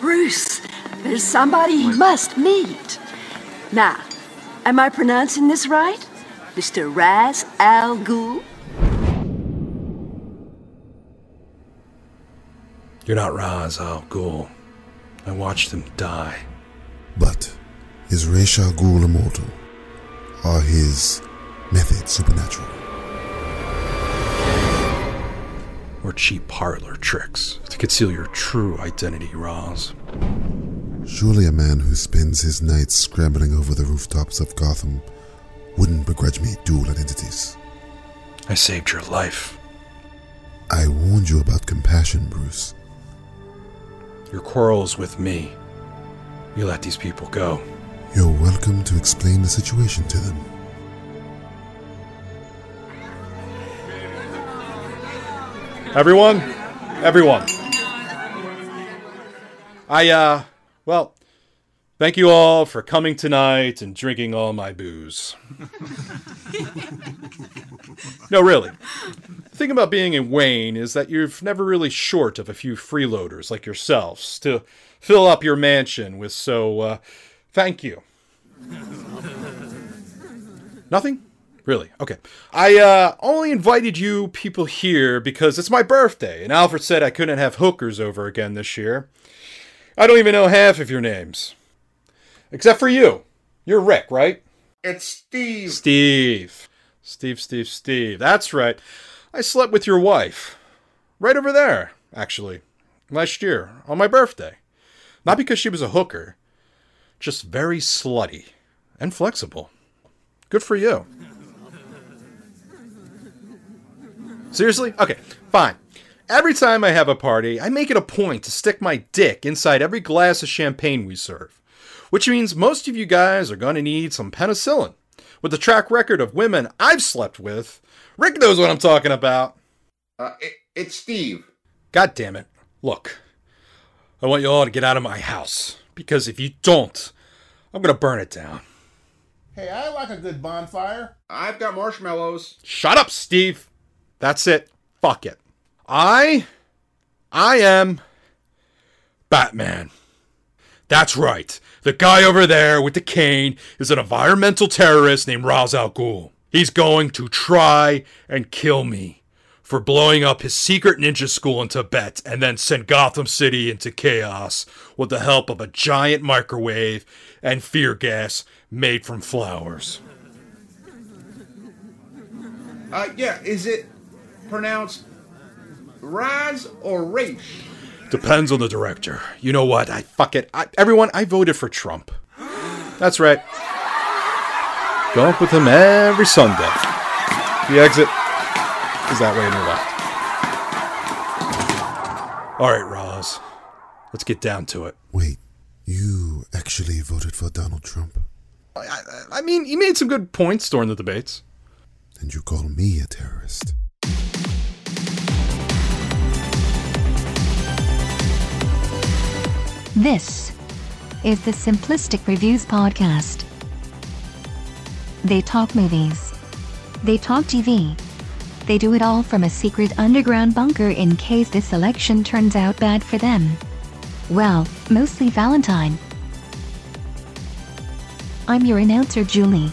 Bruce, there's somebody you must meet. Now, am I pronouncing this right? Mr. Raz Al Ghul? You're not Raz Al Ghul. I watched them die. But is Ra's al Ghul immortal? Are his methods supernatural? Or cheap parlor tricks to conceal your true identity, Raz. Surely a man who spends his nights scrambling over the rooftops of Gotham wouldn't begrudge me dual identities. I saved your life. I warned you about compassion, Bruce. Your quarrel's with me. You let these people go. You're welcome to explain the situation to them. Everyone, everyone. I, uh, well, thank you all for coming tonight and drinking all my booze. no, really. The thing about being in Wayne is that you're never really short of a few freeloaders like yourselves to fill up your mansion with, so, uh, thank you. Nothing? Really? Okay. I uh, only invited you people here because it's my birthday, and Alfred said I couldn't have hookers over again this year. I don't even know half of your names. Except for you. You're Rick, right? It's Steve. Steve. Steve, Steve, Steve. That's right. I slept with your wife. Right over there, actually. Last year, on my birthday. Not because she was a hooker, just very slutty and flexible. Good for you. Seriously? Okay, fine. Every time I have a party, I make it a point to stick my dick inside every glass of champagne we serve, which means most of you guys are going to need some penicillin. With the track record of women I've slept with, Rick knows what I'm talking about. Uh, it, it's Steve. God damn it. Look, I want you all to get out of my house, because if you don't, I'm going to burn it down. Hey, I like a good bonfire. I've got marshmallows. Shut up, Steve. That's it. Fuck it. I I am Batman. That's right. The guy over there with the cane is an environmental terrorist named Ra's al Ghul. He's going to try and kill me for blowing up his secret ninja school in Tibet and then send Gotham City into chaos with the help of a giant microwave and fear gas made from flowers. Uh, yeah, is it pronounced Raz or Raish? Depends on the director. You know what? I fuck it. I, everyone, I voted for Trump. That's right. Go up with him every Sunday. The exit is that way to the left. All right, Roz. Let's get down to it. Wait, you actually voted for Donald Trump? I mean, he made some good points during the debates. And you call me a terrorist? This is the Simplistic Reviews Podcast. They talk movies. They talk TV. They do it all from a secret underground bunker in case this election turns out bad for them. Well, mostly Valentine. I'm your announcer, Julie.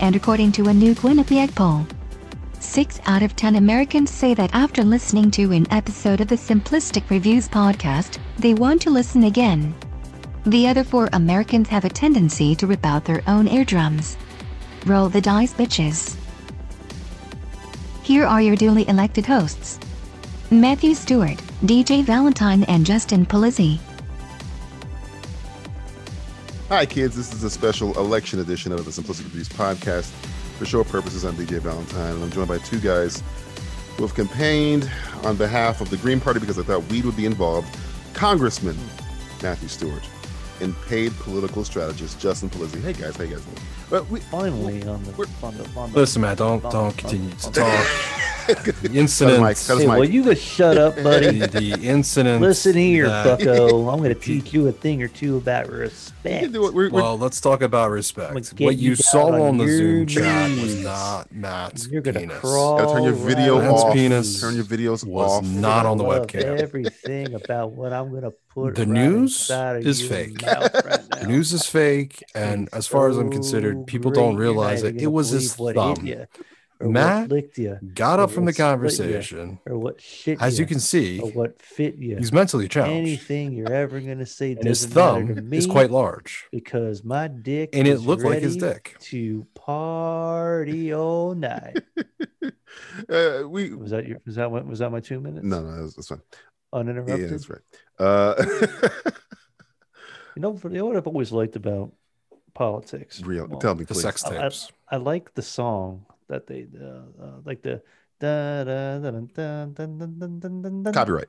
And according to a new Quinnipiac poll, 6 out of 10 Americans say that after listening to an episode of the Simplistic Reviews podcast, they want to listen again. The other 4 Americans have a tendency to rip out their own eardrums. Roll the dice, bitches. Here are your duly elected hosts Matthew Stewart, DJ Valentine, and Justin Polizzi. Hi, kids. This is a special election edition of the Simplistic Reviews podcast. For show purposes, I'm DJ Valentine, and I'm joined by two guys who have campaigned on behalf of the Green Party because I thought weed would be involved Congressman Matthew Stewart and paid political strategist Justin Polizzi. Hey, guys. How you guys doing? But we, Finally, on the, on the, on the Listen, man, don't don't continue to talk. The incidents. Mike, cut his Hey, mic. will you just shut up, buddy? the, the incidents. Listen here, that- fucko. I'm going to teach you a thing or two about respect. You do it. We're- we're- Well, let's talk about I'ma respect. get What you you down saw on on, the your Zoom chat was knees. not Matt's You're going to penis. crawl. Gotta turn your video right Man's off. penis Turn your videos was off. not on the above webcam. Everything about what I'm going to put. The right news inside of is your fake. mouth right The now. news is fake, and as far as I'm Oh, considered, people don't realize that it was his thumb. Matt Matt licked you, Got up from the Split ya. conversation. or what shit. As you can or see, what fit you. he's mentally challenged, Anything you're ever going to say and his doesn't matter to thumb me is quite large, because my dick and it is looked like his ready dick. to party all night. Uh, we was that your? Was that what? Was that my two minutes? no, no, that's, that's fine. Yeah, uninterrupted. that's right. Uh, You know, you know what I've always liked about politics. real. Well, Tell me, The please. sex I- I- tapes. I like the song that they uh, uh, like the. Da, da, da, dun, dun, dun, dun, dun, dun, dun, dun. Copyright.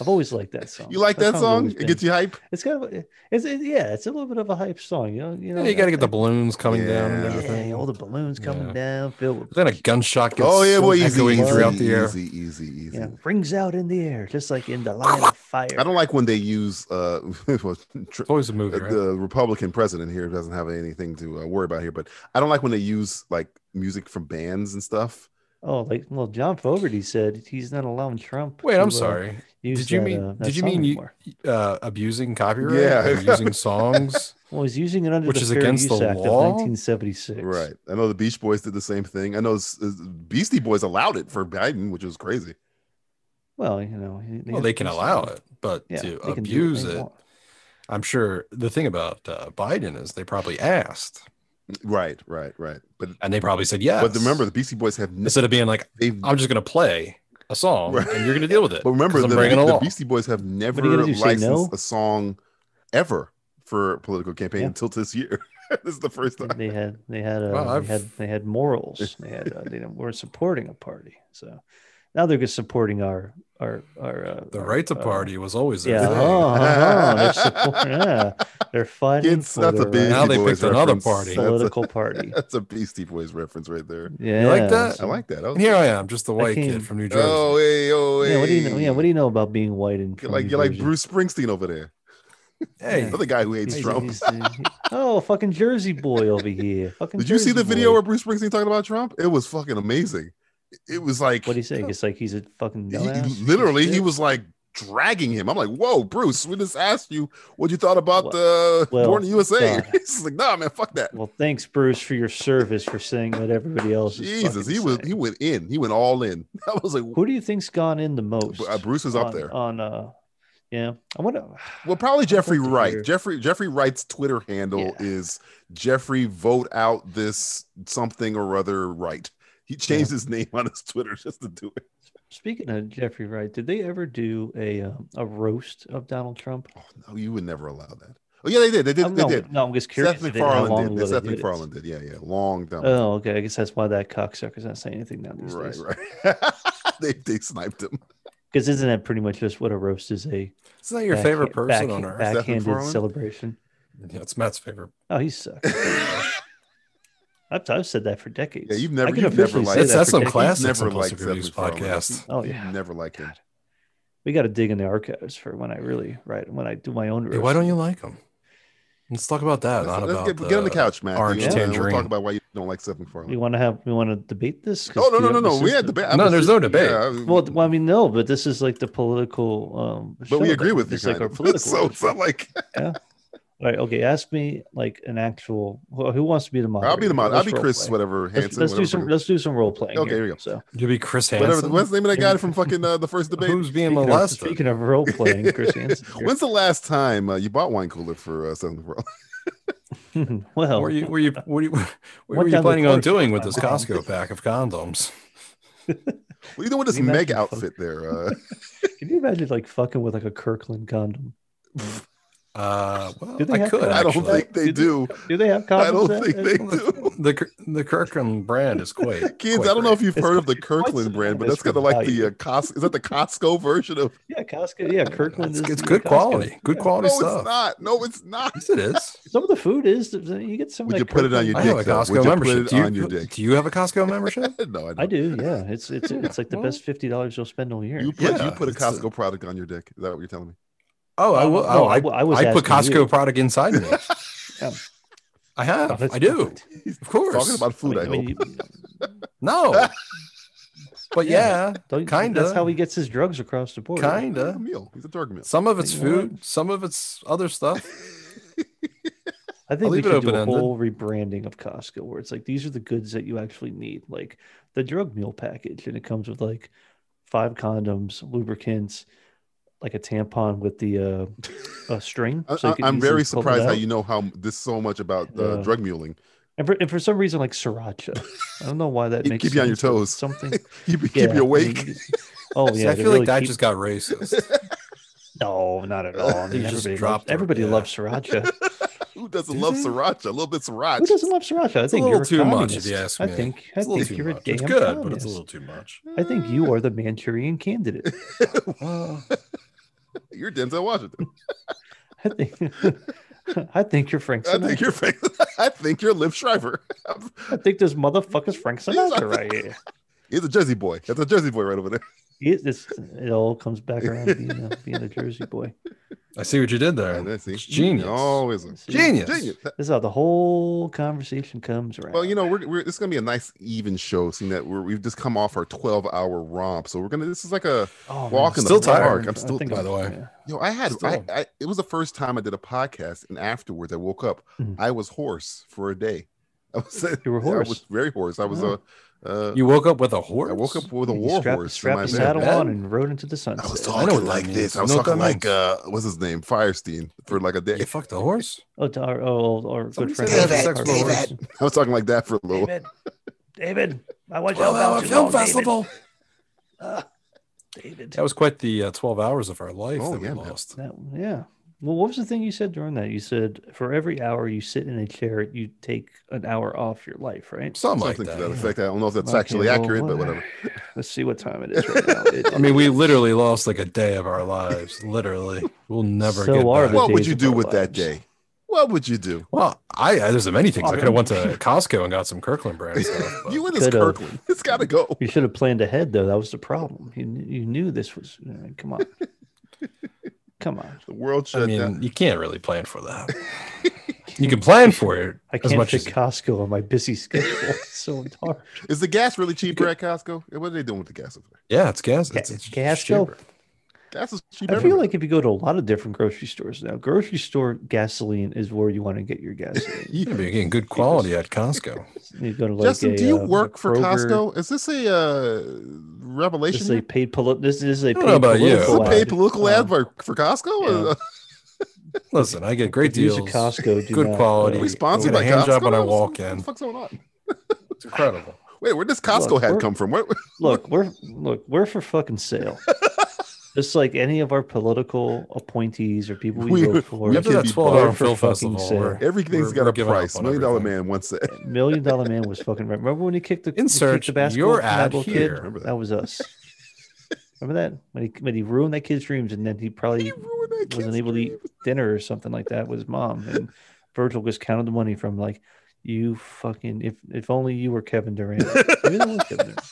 I've always liked that song. You like that song's song? always It been- gets you hype. It's kind of it's it, yeah, it's a little bit of a hype song. You know, you know. Yeah, you got to I- get the balloons coming down and Yeah. yeah, everything. all the balloons coming Yeah. down, filled with Then a gunshot gets Oh yeah, boy, easy, echoing easy, throughout the air. Easy, easy, easy. you know, rings out in the air, just like in the line of fire. I don't like when they use uh, well, tr- It's always a movie, the- right? the Republican president here doesn't have anything to uh, worry about here, but I don't like when they use like music from bands and stuff. Oh, like well, John Fogerty said he's not allowing Trump. Wait, I'm to, uh, sorry. use Did you that, mean uh, that did you song mean you, anymore. uh, abusing copyright? Yeah. or using songs. Well, he's using it under Which the is Fair against Use the Act law? of 1976. Right. I know the Beach Boys did the same thing. I know s- s- Beastie Boys allowed it for Biden, which was crazy. Well, you know, he- well, they can he's- allow it, but Yeah, to they can do what abuse they it, want. I'm sure the thing about uh, Biden is they probably asked Right, right, right. But and they probably said Mm. yes. but remember, the Beastie Boys have no, instead of being like, they've. I'm just going to play a song Right. and you're going to deal with it. But remember, the, 'cause I'm breaking a the law. Beastie Boys have never you gonna do, say licensed no? a song ever for a political campaign Yeah. until this year. this is the first time. They had they had uh, Well, I've- they had they had morals. They had uh, they didn't- were supporting a party. So now they're just supporting our our our uh, the our, right to uh, party was always there. Yeah, thing. oh, oh, they're support- yeah, they're fighting Kids, for that's a their Beastie Now they Boys picked another reference. party. That's a- political party. That's a Beastie Boys reference right there. Yeah, that? I like that. I was- And here I am, just the white came- kid from New Jersey. Oh, hey, oh, hey. Yeah, what do you know? Yeah, what do you know about being white and You're from like New you're like Jersey? Bruce Springsteen over there. hey, Another guy who hates He's- Trump. he's- uh, he- oh, fucking Jersey boy over here. Fucking Did you see Jersey the video boy. where Bruce Springsteen talking about Trump? It was fucking amazing. It was like What do you say? It's like he's a fucking he- dumbass. He's literally he shit. was like dragging him. I'm like, whoa, Bruce, we just asked you what you thought about Well- the well, Born in the USA. God. He's like, nah, man, fuck that. Well, thanks, Bruce, for your service for saying what everybody else is. Jesus, fucking he was saying. he went in. He went all in. I was like, Who do you think's gone in the most? uh, Bruce is up on- there. on. uh Yeah, I wonder. Well, probably Jeffrey to Wright. hear. Jeffrey Jeffrey Wright's Twitter handle Yeah. is Jeffrey vote out this something or other Wright. He changed his name on his Twitter just to do it. Speaking of Jeffrey Wright, did they ever do a um, a roast of Donald Trump? Oh no, you would never allow that. Oh yeah, they did. They did. I'm, they no, did. no, I'm just curious. Seth if they- how long MacFarlane did. ago That's they Seth did it. McFarlane did. Yeah, yeah. Long time. Oh, okay. I guess that's why that cocksucker's not saying anything now these right, days. right. they they sniped him. Because isn't that pretty much just what a roast is? A it's not your backhand- favorite person on backhand- earth. Seth Backhanded MacFarlane? celebration. Yeah, it's Matt's favorite. Oh, he sucks. I've, I've said that for decades. Yeah, you've I never. can You've never officially liked. say That's, that that's for some decades. classic Never Simplistic liked Seth Reviews McFarlane. podcast. Oh You yeah, never liked him. we got to dig in the archives for when I really write when I do my own. Hey, why don't you like them? Let's talk about that. Let's- Not let's about get, get on the couch, Matt. orange We'll tangerine. talk about why you don't like Seth We McFarlane. want to have we want to debate this. 'Cause Oh no, we no, no, have no. this We is had the- debate. No, I'm there's sure- no debate. yeah, I- Well, th- well, I mean, no, but this is like the political. Um, but we show agree that- with you. It's like kind our of. political. so it's not like All right, okay. Ask me like an actual. Well, who wants to be the moderator? I'll be the mod. I'll Let's be role Chris, play. whatever Let's, Hansen. let's do whatever, some. Let's do some role playing. Okay, here we go. So You'll be Chris whatever. Hansen. What's the name of that guy from fucking uh, the first debate? Who's being speaking of, molested? speaking of role playing, Chris Hansen. here. When's the last time uh, you bought wine cooler for uh, Southern World? well, What were you, were you, what were you, what were down you the planning on course, doing with this um, Costco pack of condoms? What are you doing with this Can you Meg imagine outfit there? Uh, Can you imagine like fucking with like a Kirkland condom? Uh, well, Do they I have could. condoms? I don't actually. think they do. Do they have I don't condoms? out think there? they do. the, the the Kirkland brand is quite. Kids, quite I don't know great. if you've It's heard of the quite- it's quite Kirkland brand, but some that's kind of like the value. uh, Costco. Is that the Costco version of? Yeah, Costco. Yeah, Kirkland. It's, is it's the good Costco. quality. Good Yeah. quality No, it's stuff. not. No, it's not. Yes, it is. Some of the food is you get some. Would like you put it on your I Kirkland- have a Dick, though. Would you Costco put membership. it Do you, on your dick? do you have a Costco membership? no, I don't. I do. Yeah, it's it's it's like the Well, best fifty dollars you'll spend all year. You put you Yeah, put a it's a- Costco product on your dick. Is that what you're telling me? Oh, I will. No, oh, I I, w- I was I put Costco asking you. product inside me. Yeah. I Oh, have. that's I do. perfect. Of course. Talking about food, I, hope. you- no. but yeah, Yeah. don't- kinda. That's how he gets his drugs across the board. He's a kinda. meal. He's a drug meal. Some of it's You know what? food. Some of it's other stuff. I I'll think we leave it should do a open-ended. whole rebranding of Costco where it's like these are the goods that you actually need, like the drug meal package, and it comes with like five condoms, lubricants, like a tampon with the uh, a string. I, so you can am easily pull very it surprised how out. you know how this so much about uh, Yeah. drug muling. And for, and for some reason, like sriracha, I don't know why that Keep- makes keep you on your sense, but toes. Something You keep Yeah, I mean, you awake. Oh yeah, See, I they feel really like that keep- just got racist. no, not at all. I They mean, just everybody loves, dropped it, everybody yeah. loves sriracha. Who doesn't Do love they? sriracha? A little bit sriracha. Who doesn't love sriracha? I It's a think little you're a too much, if communist. you ask I me. think I It's a little think too you're a much. damn It's good, but communist. it's a little too much. I think you are the Manchurian candidate. Well, You're Denzel Washington. I think I think you're Frank I Sinatra. think you're. Frank- I think you're Liv Shriver. I think this motherfucker's Frank Sinatra right here. He's a Jersey boy. That's a Jersey boy right over there. He is- it's- it all comes back around to being a, being a Jersey boy. I see what you did there. And that's Oh, It's genius. Always a See? Genius. genius. This is how the whole conversation comes around. Well, you know, we're, we're it's gonna be a nice even show, seeing that we're, we've just come off our 12 hour romp. So we're gonna. This is like a oh, walk in still the park. tired. I'm still. think by I'm- the way. yeah. Yo, I had I, Still. I it was the first time I did a podcast, and afterwards I woke up. Mhm. I was hoarse for a day. I was You were I was hoarse? very hoarse. I was Oh. a uh, You woke up with a horse. I woke up with a You war strap, horse. in strap my the bed. saddle bed. on and rode into the sunset. I was I talking know what like that this. means. I was You know what talking that like uh, what's his name, Firestein, for like a day. You fucked the horse. Oh, to our, oh, our good Somebody friend. said our- they had our- sex our- with our- I was talking like that for a little. David, David, I want you Twelve hour about film film festival. David. That was quite the uh, twelve hours of our life Oh, that we yeah, man. lost. That, yeah. Well, what was the thing you said during that? You said for every hour you sit in a chair, you take an hour off your life, right? Something, Something like to that that. effect. I don't know if that's Okay, actually well, accurate, but what- whatever. Let's see what time it is right now. It- I mean, we literally lost like a day of our lives. Literally, we'll never So get are back. we. Well, What would days you of do our with that lives. day? What would you do? I, I there's many things. Oh, I could have yeah. went to Costco and got some Kirkland brand stuff. but- You and this Could've. Kirkland. It's got to go. you should have planned ahead, though. That was the problem. You kn- you knew this was. I mean, come on, come on. The world shut I mean, down. you can't really plan for that. you can plan for it I as can't much fit as Costco on my busy schedule. It's so dark. Is the gas really cheaper at Costco? Yeah, What are they doing with the gas over there? yeah. It's gas. It's, it's Costco? cheaper. Gas is cheap I feel everywhere. like if you go to a lot of different grocery stores now, grocery store gasoline is where you want to get your gasoline. You can be getting good quality at Costco. You go to like Justin, a, do you uh, work for Kroger. Costco? Is this a uh, revelation? This is here? a paid poli- This is a don't paid know about you. Is political this a paid ad. political Um, ad for, for Costco? yeah. Listen, I get great Reviews deals. of Costco do good not, uh, quality. we sponsored I by get a hand Costco. job when I What the- walk What in. the fuck's going on? It's incredible. Wait, where does Costco Look, hat we're- come from? Where, Look, we're look, we're for fucking sale. Just like any of our political appointees or people we, We- vote for, we After can't that be twelve hour bothered for film fucking festival, sale. we're- everything's we're- got we're a giving up price. on Million Dollar everything. Man once said. Million Dollar Man was fucking right. Remember when he kicked the he kicked Insert the basketball your from ad that little here. Kid? Remember that. was us. Remember that when he when he ruined that kid's dreams, and then he probably ruined that wasn't kid's able to eat dinner or something like that with his mom. And Virgil just counted the money from like, you fucking if if only you were Kevin Durant. Maybe that was Kevin Durant.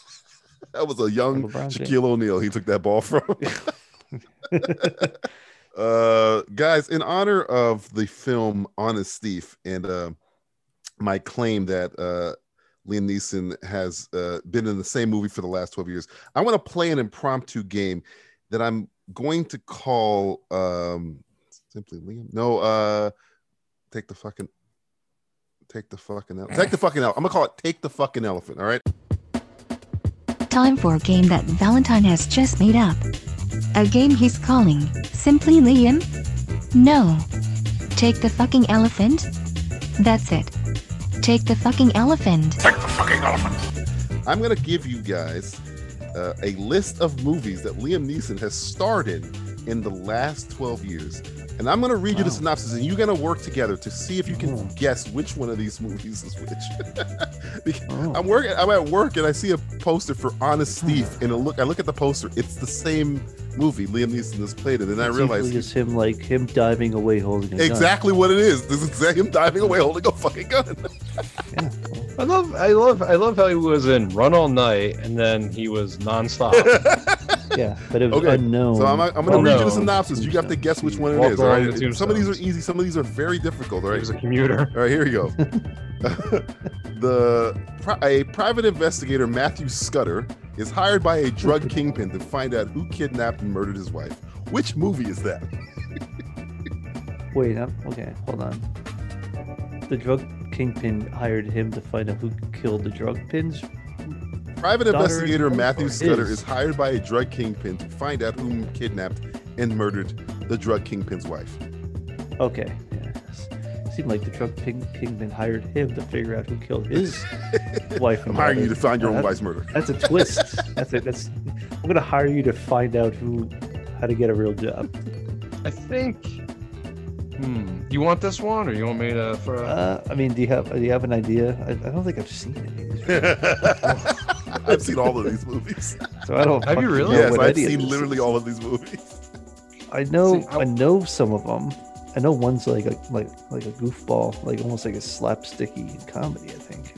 That was a young LeBron James. Shaquille O'Neal. He took that ball from. uh, guys, in honor of the film Honest Thief and uh, my claim that uh, Liam Neeson has uh, been in the same movie for the last 12 years, I want to play an impromptu game that I'm going to call um, simply Liam. No, uh, take the fucking. Take the fucking elephant. Take the fucking elephant. I'm gonna call it "Take the fucking elephant." All right. Time for a game that Valentine has just made up. A game he's calling Simply Liam? No. Take the fucking elephant? That's it. Take the fucking elephant. I'm gonna give you guys uh, a list of movies that Liam Neeson has starred in in the last 12 years. And I'm going to read you the synopsis, and you're going to work together to see if you can guess which one of these movies is which. Because I'm working. I'm at work, and I see a poster for Honest Steve, and I look. I look at the poster. It's the same movie Liam Neeson has played, and then I It's realize usually just him like him diving away holding a gun. exactly what it is. This is him diving away, holding a fucking gun. I love, I love, I love how he was in Run All Night, and then he was nonstop. Yeah, but it was Okay, unknown. Oh, So I'm, I'm going to Well, read you the no. synopsis. You have to guess which one it Walk is. All along right. the Some of these are tombstones. easy. Some of these are very difficult. All right. He was a commuter. All right. Here you go. the pri- a private investigator Matthew Scudder is hired by a drug kingpin to find out who kidnapped and murdered his wife. Which movie is that? Wait, I'm, okay, hold on. The drug kingpin hired him to find out who killed the drug pins. Private Daughter investigator and- Matthew is. Scudder is hired by a drug kingpin to find out who kidnapped and murdered the drug kingpin's wife. Okay, yeah. It seemed like the drug ping- kingpin hired him to figure out who killed his wife. I'm and hiring you mother. to find your Now, own that's- wife's murder. That's a twist. that's it. That's. I'm gonna hire you to find out who, how to get a real job. I think. Hmm. You want this one, or you want me to throw? Uh, I mean, do you have do you have an idea? I, I don't think I've seen any of these, I've seen all of these movies. so I don't. Have you fucking really? know yes, what I've any of seen this literally is. all of these movies. I know See, I- I, know some of them. I know one's like a, like like a goofball, like almost like a slapsticky comedy. I think.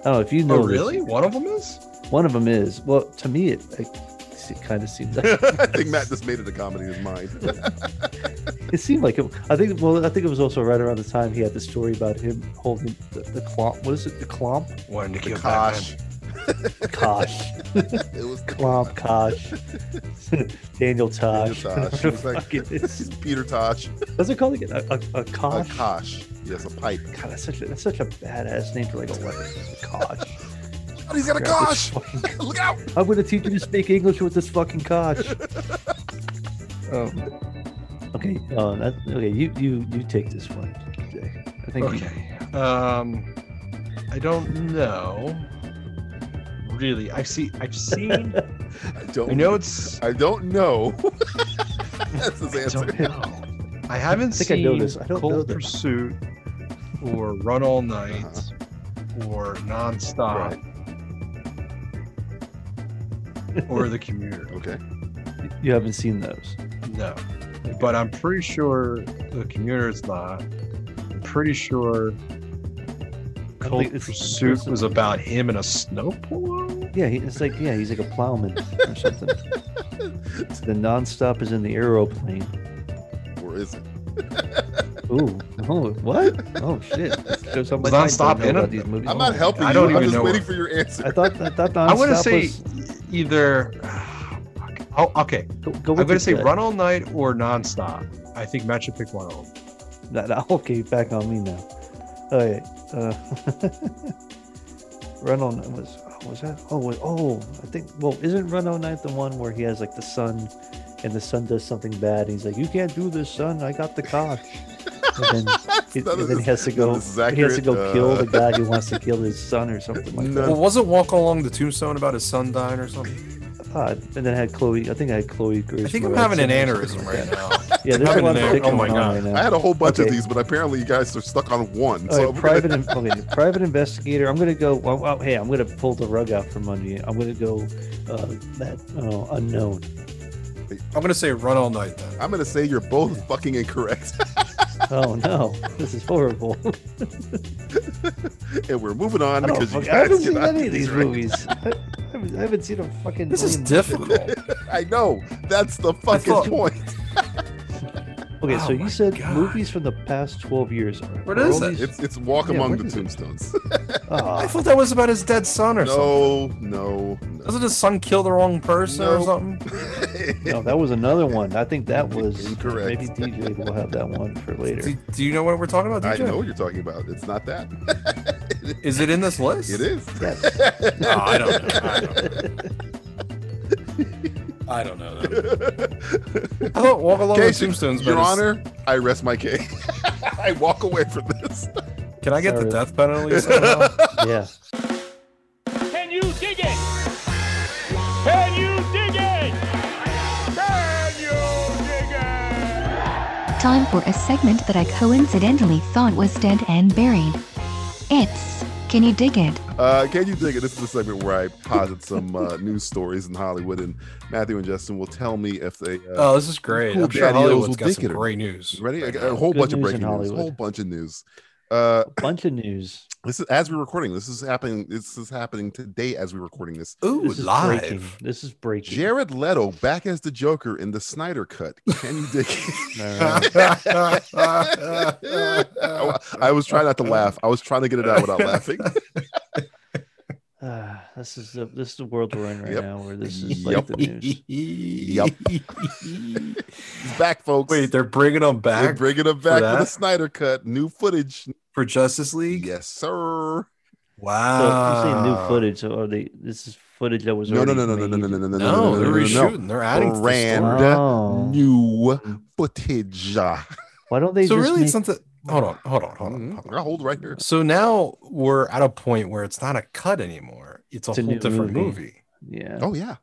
I don't know if you know. oh, this- really? One of them is. One of them is. Well, to me, it, it, kind of seems like I think Matt just made it a comedy in his mind. it seemed like it. I think. Well, I think it was also right around the time he had the story about him holding the, the clomp. What is it? The clomp? One to kill Gosh, Kosh. it was clomp. Kosh. Daniel Tosh. Tosh. It was like- Fuck it, it's- Peter Tosh. What's it called again? A, a, a A Kosh. Kosh. Yes, a pipe. God, that's such a, that's such a badass name for like a weapon. Kosh. Oh, he's got a Grab Kosh! this fucking- Look out! I'm gonna teach you to speak English with this fucking Kosh. Oh, um, okay, uh, that, okay, you you you take this one. Jay. I think. Okay. Um, I don't know. Really, I see. I've seen. I don't I know it's. I don't know. That's his I answer. don't know. I haven't think I seen know this. I don't Cold know this. Pursuit or Run All Night Uh-huh. or Nonstop or The Commuter. Okay. You haven't seen those. No, but I'm pretty sure The Commuter is not. I'm pretty sure Cold think it's- Pursuit was about him in a snow polo. Yeah, he, it's like yeah, he's like a plowman or something. the nonstop is in the aeroplane. Or is it? Ooh, oh what? Oh shit! Shows how much I don't Nonstop know in about it? these movies. I'm not helping I you. don't I'm even just know waiting it. for your answer. I thought I thought nonstop I want to say was, either. fuck. Oh, okay. go, go I'm with going your to say gut. run all night or nonstop. I think Matt should pick one of them. No, no, okay, back on me now. Okay, uh, Run on was oh, was that? Oh, wait, oh, I think. Well, isn't Run on Night the one where he has like the son, and the son does something bad? And he's like, "You can't do this, son. I got the cock." And then, he, None of and then he this- has to none of go. this is He has to go accurate, uh, kill the guy who wants to kill his son or something like No. that. Well, wasn't Walk Along the Tombstone about his son dying or something? I thought- and then I had Chloe. I think I had Chloe Grace. I think I'm Moretz having an in it or aneurysm something right like that. now. Yeah, there's a having lot an of aneurysm. shit Oh my going on God. right now. I had a whole bunch of Okay. these, but apparently you guys are stuck on one. All so right, we're Oh, private in- okay, private investigator. I'm gonna go. Well, well, hey, I'm gonna pull the rug out from under you. I'm gonna go uh, that oh, unknown. I'm gonna say Run All Night then. I'm going to say you're both fucking incorrect. Oh no, this is horrible. and we're moving on I, don't because you fuck- guys I haven't seen cannot any get of these right. movies. I, I haven't- I haven't seen a fucking. This is million- difficult. I know. That's the fucking thought- point. Okay, so Oh you my said God. movies from the past 12 years. What Are is all it? these- It's it's walk Yeah, among what the is it? tombstones. I Ah, thought that was about his dead son or something. no, no, no. Doesn't his son kill the wrong person or Nope. something? no, that was another one. I think that was Incorrect. Maybe DJ will have that one for Do, later. do you know what we're talking about? I DJ? know what you're talking about. It's not that. Is it in this list? It is. Yes. No, I don't know. I don't know. I don't know. That. I thought Oh, Walk Along the Case, Tombstones. Your but it's- Honor, I rest my case. I walk away from this. Can I get Sorry. the death penalty? somehow? Yeah. Can you dig it? time for a segment that I coincidentally thought was dead and buried. It's Can You Dig It? Uh, can you dig it? This is the segment where I posit some uh, news stories in Hollywood, and Matthew and Justin will tell me if they. Uh, Oh, this is great. I'm sure daddy-os Hollywood's got dig some it or- great news Ready? I right got now. a whole Good bunch of news breaking in news. A whole Hollywood. bunch of news. Uh, a bunch of news. This is as we're recording. This is happening. This is happening today as we're recording this. Ooh, This is breaking. This is breaking. Jared Leto back as the Joker in the Snyder Cut. Can you dig it? I, I was trying not to laugh. I was trying to get it out without laughing. Ah, this is the this is the world we're in right Yep. now, where this is like the news. yep. He's back, folks. Wait, they're bringing them back. They're bringing him for back with that? a Snyder Cut. New footage. for Justice League. Yes, sir. So Wow. you say new footage? So are they? This is footage that was Ah. No, no, already no, no, no, no, made? no, no, no, no, no, No, no, no, they're no, no, no. reshooting. They're adding to the brand story. Oh. new footage. Oh. Why don't they So just really, make it's not the. Hold on, hold on, hold on. I'll Mm-hmm. hold right here. So now we're at a point where it's not a cut anymore. It's a It's a whole new different movie. movie. yeah? Oh yeah.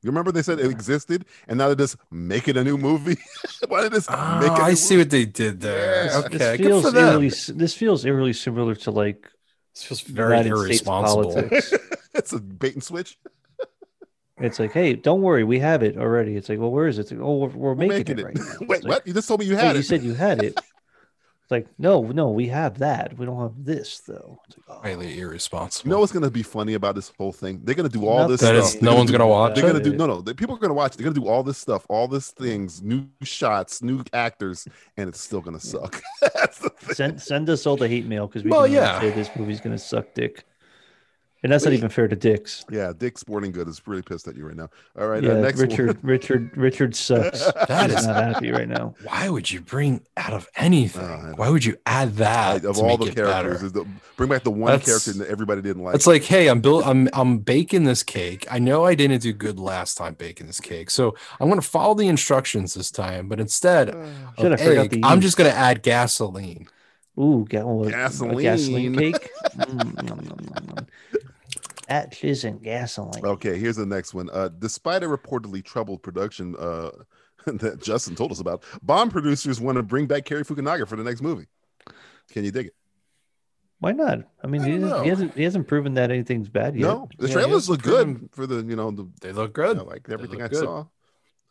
You remember they said it existed, and now they just make it a new movie. Why did this make it? Ah, I see what they did there. Yes. Okay, this good feels for them. eerily, s- this feels eerily similar to like This feels very United States irresponsible. politics. it's a bait and switch. It's like, hey, don't worry, we have it already. It's like, well, where is it? It's like, oh, we're, We're we're making, it, right now. Wait, It's like, what? You just told me you "Wait, had you it. said you had it. It's like, no, no, we have that. We don't have this though. It's like, oh, Highly irresponsible. you know what's gonna be funny about this whole thing? They're gonna "Oh, do all this. That Stuff. is- no They're one's do- gonna watch They're gonna do it. no, no. The people are gonna watch. it. They're gonna do all this stuff, all these things, new shots, new actors, and it's still gonna suck. That's the thing. send send us all the hate mail because we Well, can really yeah. say this movie's gonna suck dick. And that's not even fair to dicks. Yeah, Dick Sporting Good is really pissed at you right now. All right, uh, yeah, next Richard, one. Richard, Richard sucks. That He's is- not happy right now. Why would you bring out of anything? Oh, I know. Why would you add that of to all make the it better? characters, is the, bring back the one That's- character that everybody didn't like. It's like, hey, I'm build, I'm I'm baking this cake. I know I didn't do good last time baking this cake, so I'm gonna follow the instructions this time. But instead, of Shit, I forgot egg, the E. I'm yeast. just gonna add gasoline. Ooh, ga- well, a Gasoline. gasoline cake. Mm, nom, nom, nom, nom. That isn't gasoline. Okay, here's the next one. Uh, despite a reportedly troubled production uh, that Justin told us about, bomb producers want to bring back Cary Fukunaga for the next movie. Can you dig it? Why not? I mean, I he, don't hasn't, he know. hasn't he hasn't proven that anything's bad yet. No, the Yeah, trailers he's look good proven- for the you know the They look you good. know, like everything I look good. saw.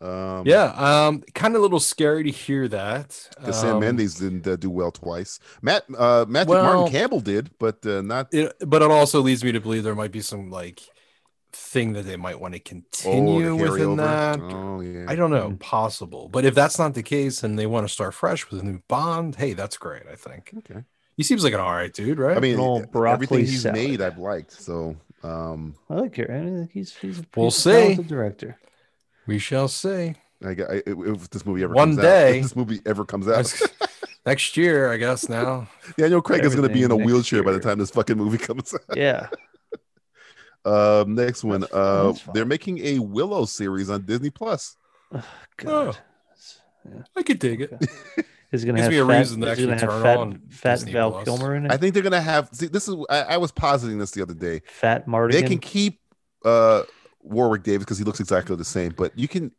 Um, yeah, um, kind of a little scary to hear that. because Sam Um, Mendes didn't uh, do well twice. Matt uh, Matthew Well- Martin Campbell did, but uh, not. It, but it also leads me to believe there might be some like thing that they might want Oh, the to continue within carryover. that. Oh yeah. I don't know, possible. But if that's not the case and they want to start fresh with a new Bond, hey, that's great. I think Okay. he seems like an all right dude, right? I mean, Roll everything broccoli he's salad. made, I've liked. So, um, I like her. I mean, he's he's We'll he's a see. talented director. we shall see. I, gu- I, if this movie ever One comes out- day- if this movie ever comes out, Next year, I guess. Now, Daniel Craig is going to be in a Everything next wheelchair by the year. time this fucking movie comes out. Yeah, Um, next one. That's- Uh, that's fine. they're making a Willow series on Disney Plus. Oh. Ugh, God. I could dig it. He's gonna Gives have me a fat, reason to he's gonna actually have turn fat, on fat Disney Val Plus. Kilmer in it. I think they're going to have. See, this is. I, I was positing this the other day. fat Marty. They can keep uh Warwick Davis because he looks exactly the same, but you can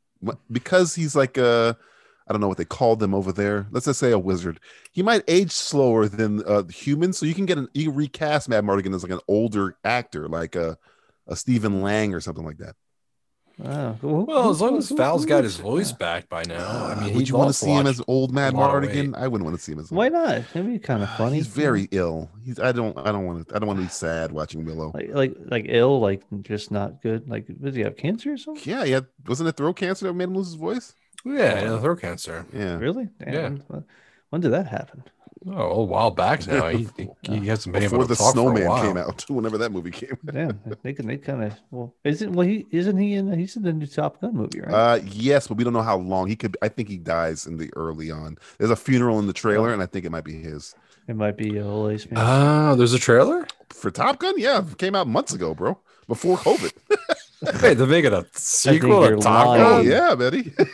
because he's like I I don't know what they call them over there. Let's just say a wizard. He might age slower than uh, humans, so you can get an you can recast Matt Mardigan as like an older actor, like a a Stephen Lang or something like that. Oh, who- Well, who- as long as who- Val's who got is- his voice yeah. back by now, I mean, Uh, would he you want to lost a see him lot- as old Matt a lot of Mardigan? weight. I wouldn't want to see him as. Why not? That'd be kind of funny. Ah, He's very ill. He's I don't I don't want to I don't want to be sad watching Willow. like like like ill, like just not good. Like does he have cancer or something? yeah, yeah. Wasn't it throat cancer that made him lose his voice? yeah, yeah, throat cancer. Yeah. Really? Damn. When, when did that happen? Oh, a while back now. He, he, he hasn't been Before able to the talk for a snowman while. came out, whenever that movie came Damn. They can they kind of well isn't well he isn't he in he's in the new Top Gun movie right? Uh, yes, but we don't know how long he could. I think he dies in the early on. There's a funeral in the trailer, and I think it might be his it might be a whole ace man. Ah, there's a trailer. for Top Gun. Yeah, it came out months ago, bro, before COVID. Hey, they're making a sequel you're to Top oh lying. Gun. yeah, Betty. uh,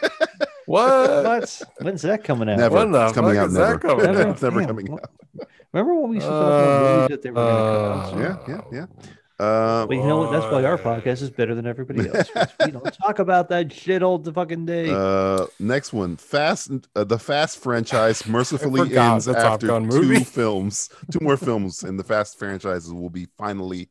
What? what? When's that coming out? never. When the It's coming fuck out is that never. coming out? it's never Damn, coming what- out. Uh, Remember when we used to talk about movies that they were going to come out? Yeah, yeah, yeah. Uh, But you know what? That's why our podcast is better than everybody else. because we don't talk about that shit all the fucking day. Uh, next one, Fast. Uh, the Fast franchise mercifully forgot ends the Top after Gun movie. two films, two more films, and the Fast franchises will be finally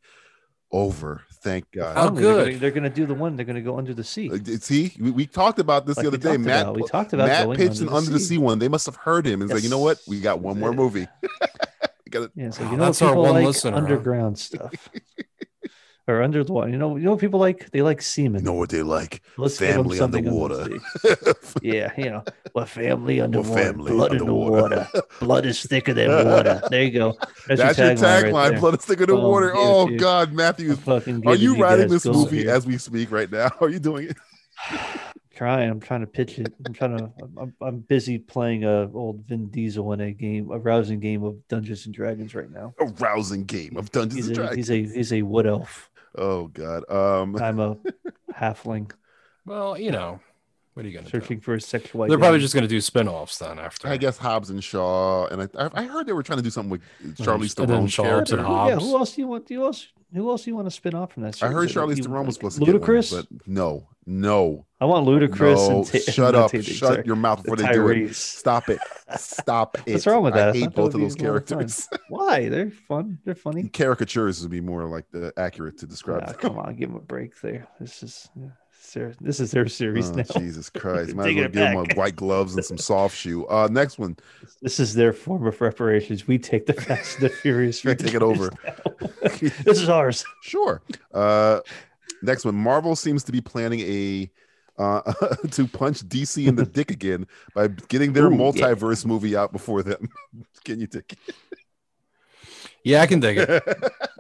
over. Thank God. Finally, they're gonna- They're going to do the one. They're going to go under the sea. Uh, See, we, we talked about this Like the other we day. talked Matt, about- we talked about Matt going pitched an under the Under the Sea. Sea one. They must have heard him and said, "You know what? We got one more movie." We got it. Yeah, so you know people like underground stuff or under the water. You know, you know what people like? They like semen. know what they like? Let's give 'em family something under underwater. the sea. yeah, you know, what family We're underwater? family blood in the underwater. water. Blood is thicker than water. There you go. That's, That's your tagline. right there. blood is thicker than Boom, water. yeah, Oh dude. God, Matthew, I'm fucking are giving you writing guys this gold movie here. as we speak right now? Are you doing it? trying. I'm trying to pitch it. I'm trying to. I'm- I'm, I'm busy playing a old Vin Diesel in a game, a rousing game of Dungeons and Dragons right now. A rousing game of Dungeons He's and a, Dragons. he's a he's a wood elf. Oh God, um, I'm a halfling Well, you know, what are you gonna? searching for a sexual. They're probably identity. just gonna do spin-offs then after. I guess Hobbs and Shaw, and I, I, I heard they were trying to do something with Charlize And then Theron's Shaw character. and Yeah, who else do you want? Who else? Who else do you want to spin off from that? I Series? heard Is it Charlize you- Theron was supposed to Ludacris? get one, but no, no. I want Ludacris No, and Ta- shut not up! Tatum, shut sorry. your mouth before they do Tyrese. it. Stop it! Stop it! What's wrong with that? I hate thought both that of would those be a lot fun. characters. Why? They're fun. They're funny. Caricatures would be more like the accurate to describe. Ah, them. come on, give them a break. There. This is their, this is their series Oh, now. Jesus Christ! Might as Taking well it give them back. a white gloves and some soft shoe. Uh, next one, This is their form of reparations. We take the Fast and the Furious. We take it over. franchise now. this is ours. sure. Uh, next one, Marvel seems to be planning a. Uh, to punch DC in the dick again by getting their Ooh, yeah. multiverse movie out before them. Can you take it? Yeah, I can dig it.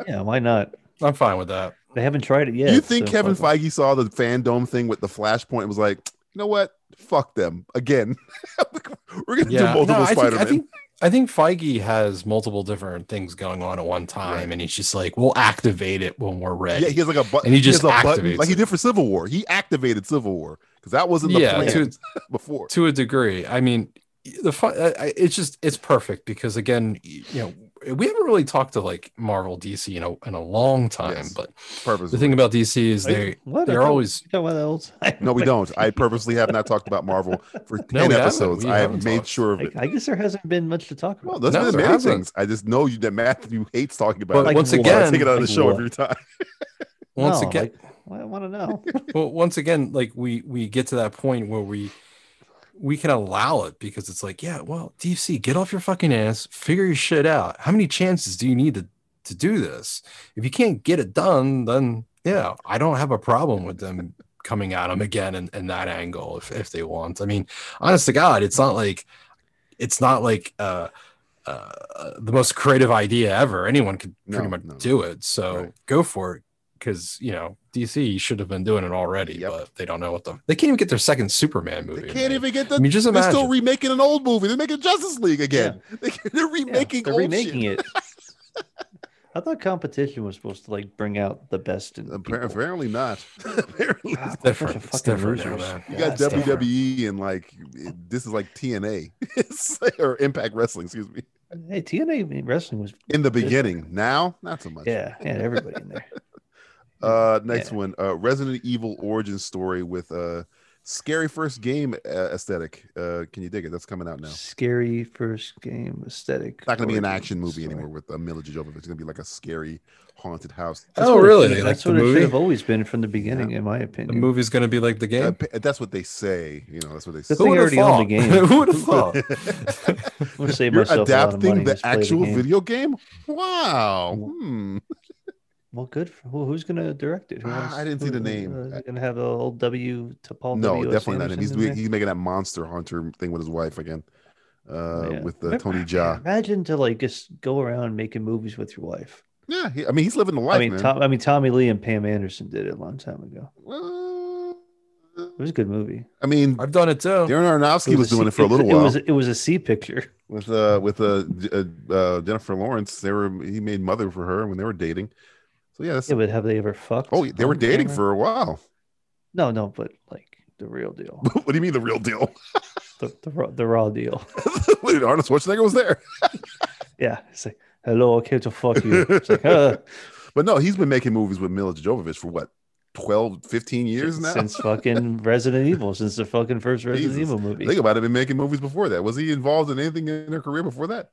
Yeah, why not? I'm fine with that. They haven't tried it yet. you think so Kevin fuck Feige saw the fandom thing with the Flashpoint and was like, you know what? Fuck them again. We're gonna Yeah, do multiple no, I think, Spider-Man. I think I think Feige has multiple different things going on at one time, and he's just like, we'll activate it when we're ready. yeah, he has like a button. and he just has a button, activates like he it. did for Civil War. He activated Civil War because that wasn't the Yeah, plan to- before. to a degree. I mean, the fu- I- I- it's just it's perfect because again, you know, we haven't really talked to like Marvel, DC, you know, in a long time. Yes, but the Purposely. thing about DC is Are you- they what? I they're thought- always you know what else? no, we don't. I purposely have not talked about Marvel for No, ten we haven't. episodes. We I haven't have made talked. sure of I, it. I guess there hasn't been much to talk Well, about. there's No, been there many hasn't. things. I just know you, that Matthew hates talking about. But it. once You wanna again- take it out of the Like show what? every time. once No, again like, I want to know. well once again like we we get to that point where we we can allow it because it's like yeah well dc get off your fucking ass figure your shit out how many chances do you need to to do this if you can't get it done then yeah i don't have a problem with them coming at them again in, in that angle if, if they want i mean honest to god it's not like it's not like uh uh, the most creative idea ever. Anyone could pretty No, much no. do it. So Right. go for it because you know DC should have been doing it already, Yep. but they don't know what the they can't even get their second Superman movie. They made. can't even get the. I mean, just they're still imagine. remaking an old movie. They're making Justice League again. They, they're Yeah, remaking. they're old remaking shit. it. I thought competition was supposed to like bring out the best in Appar- people. Apparently not. apparently, God, we're such a It's different. It's fucking different now, losers. man. you Yeah, got E. it's different. WWE and like it- this is like TNA It's like- or Impact Wrestling, excuse me. Hey, TNA wrestling was In the beginning, now not so much. yeah, yeah, everybody in there. Uh, next Yeah. one, uh, Resident Evil origin story with a scary first game uh, aesthetic. Uh, can you dig it? That's coming out now. It's Scary first game aesthetic. not going to be an origin action movie story. anymore with uh, Mila Jovovich. It's going to be like a scary haunted house. Oh, what it really? should- Like that's the what it movie? should have always been from the beginning, in my The opinion. movie's going to be like the Uh, game. p- that's what they say. You know, that's what they The say. thing would've already owned the thought? game. Who would have thought? I'm gonna save You're myself a lot of money adapting and the just play actual game. video game? Wow. Wha- Hmm. Well, good. For, well, who's gonna direct it? Who Ah, I didn't see who- the who- name. Uh, is it gonna have the old W to Paul. No, W.S. definitely not him. Anderson He's in doing, there? he's making that monster hunter thing with his wife again, uh, Yeah. with uh, Remember- Tony Jaa. Imagine to like just go around making movies with your wife. Yeah, he, I mean he's living the life, I mean, man. Tom, I mean, Tommy Lee and Pam Anderson did it a long time ago. Uh, It was a good movie. I mean, I've done it too. Darren Aronofsky It was a doing C- it for a little it while was it was a C picture. with uh with uh, J- uh, uh Jennifer Lawrence. They were he made mother for her when they were dating. So yeah, that's, Yeah, but have they ever fucked? oh they were on dating camera? for a while. No, no, but like the real deal, what do you mean the real deal? the the raw, the raw deal. Wait, Arnold Schwarzenegger was there. Yeah, it's like hello, I came to fuck you. It's like, uh, But no, he's been making movies with Mila Jovovich for what 12, 15 years now. since fucking Resident Evil, since the fucking first Resident Jesus. Evil movie. I think about it, been making movies before that. Was he involved in anything in her career before that?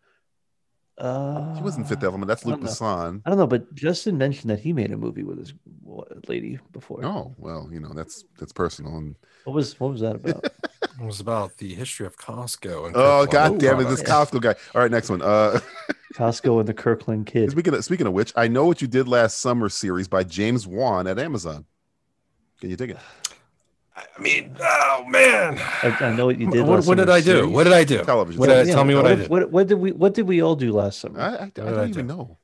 Uh, He wasn't Fifth Element. That's I Luke don't know. Besson. I don't know, but Justin mentioned that he made a movie with his wa- lady before. Oh well, you know that's that's personal. And What was what was that about? It was about the history of Costco. And oh Kirkland god damn it, products. this Costco guy. All right, next one. Uh, Costco and the Kirkland Kid. speaking of, speaking of which, I know what you did last summer series by James Wan at Amazon. Can you dig it? I mean, oh man. I, I know what you did. What- last what summer, did I do? series. What did I do? Television. What did I- tell me what I did. What, what did we What did we all do last summer? I, I, I did I don't even do? know.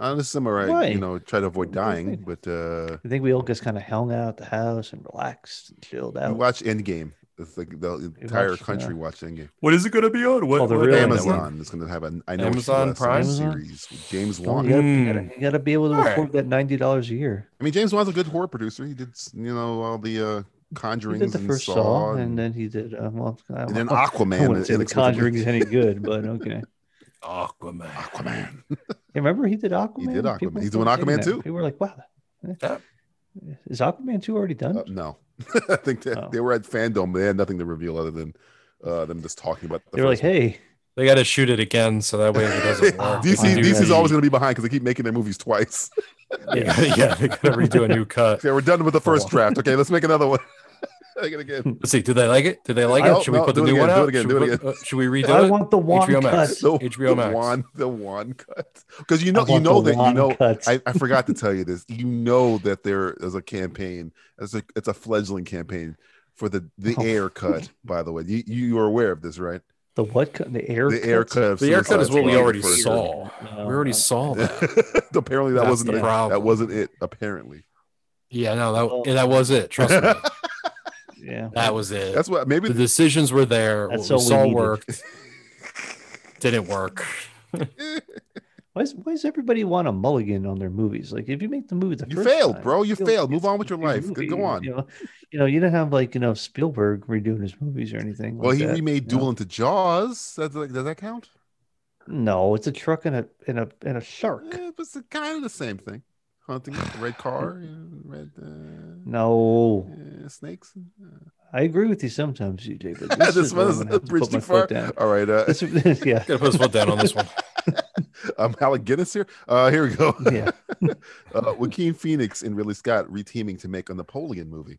Uh, On the summer, I Why? you know try to avoid dying, but uh, I think we all just kind of hung out at the house and relaxed and chilled we out. watched Endgame. It's like the entire watched, country Oh. uh, watched Endgame. What is it going to be on? What, Oh, the what- real Amazon is going to have an I know Amazon what you did last summer Prime? series with James Don't- Wan. You, gotta, Mm. you gotta- you gotta be able to All right. afford that ninety dollars a year. I mean, James Wan's a good horror producer. He did, you know, all the uh, He Conjuring did the and first Saw, Saw, and, then he did. Uh, well, I- and then I Aquaman. wouldn't say the inexplicably. Conjuring is any good, but okay. Aquaman. Aquaman. Yeah, remember he did Aquaman. He did Aquaman. People He's doing were saying Aquaman that. too. People were like, "Wow, Yeah. is Aquaman two already done?" Uh, no, I think that Oh. they were at fandom. They had nothing to reveal other than uh, them just talking about. The they were like, first one. "Hey, They got to shoot it again so that way if it doesn't work. Do you they DC, Wow. do DC's the- always going to be behind because they keep making their movies twice. Yeah, yeah, they got to redo a new cut. okay, we're done with the first Oh. draft. Okay, let's make another one. Make it again. Let's see. Did they like it? Did they like I it? don't Should we know. put Do the it new again, one do it out? again, should, do it we, again. uh, should we redo I it? want the one HBO Max. cut." So HBO the Max. one, the one cut. Because you I know, Oh, you want know the that you one know. cut. I, I forgot to tell you this. You know that there is a campaign. It's a it's a fledgling campaign for the the Oh. air cut. By the way, you you are aware of this, right? The what? cut? The air. the air cuts? Uh, cut. Of The Suicide haircut is what we Squad already for- saw. Oh, We No, already no. saw that. apparently, that That's wasn't the it. problem. that wasn't it. Apparently, Yeah, no, that that was it. Trust me, Yeah. that was it. that's what maybe the decisions were there. That's what all we we saw needed. worked. Didn't work. Why, is, why does everybody want a mulligan on their movies? Like, if you make the movie, the You first failed, time, bro. You still- failed. it's Move on with your the same life. Go- go on. You know, you know, you don't have like you know Spielberg redoing his movies or anything. well, like he that, remade you know? Duel into Jaws. That's like, does that count? No, it's a truck and a and a and a shark. Eh, but it's kind of the same thing. Hunting the red car, you know, red uh, No, uh, snakes. I agree with you sometimes, CJ. But This, this, this is where one I'm is gonna a have to bridge put too my far. foot down. All right, uh, This, is- yeah, Gotta put his foot down on this one. I'm Alec Guinness here. Uh, here we go. yeah. uh, Joaquin Phoenix and Ridley Scott reteaming to make a Napoleon movie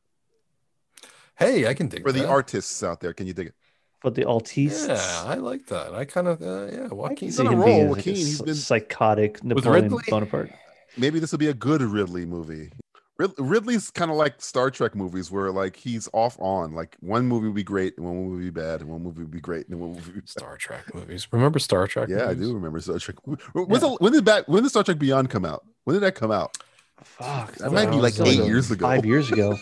Hey, I can dig for the that. artists out there. Can you dig it? But the Altists. Yeah, I like that. I kind of uh, yeah. I can Joaquin. on see a him being roll, like a Joaquin. He's s- been- psychotic Napoleon Ridley? Bonaparte. Maybe this will be a good Ridley movie. Rid- Ridley's kind of like Star Trek movies, where like he's off on like one movie would be great and one movie would be bad and one movie would be great and one movie. Would be Star Trek movies. Remember Star Trek? Yeah, I movies? do remember Star Trek. Wh- wh- When's the, when did that? When did Star Trek Beyond come out? When did that come out? Fuck, That might be like was like eight a years ago. Five years ago.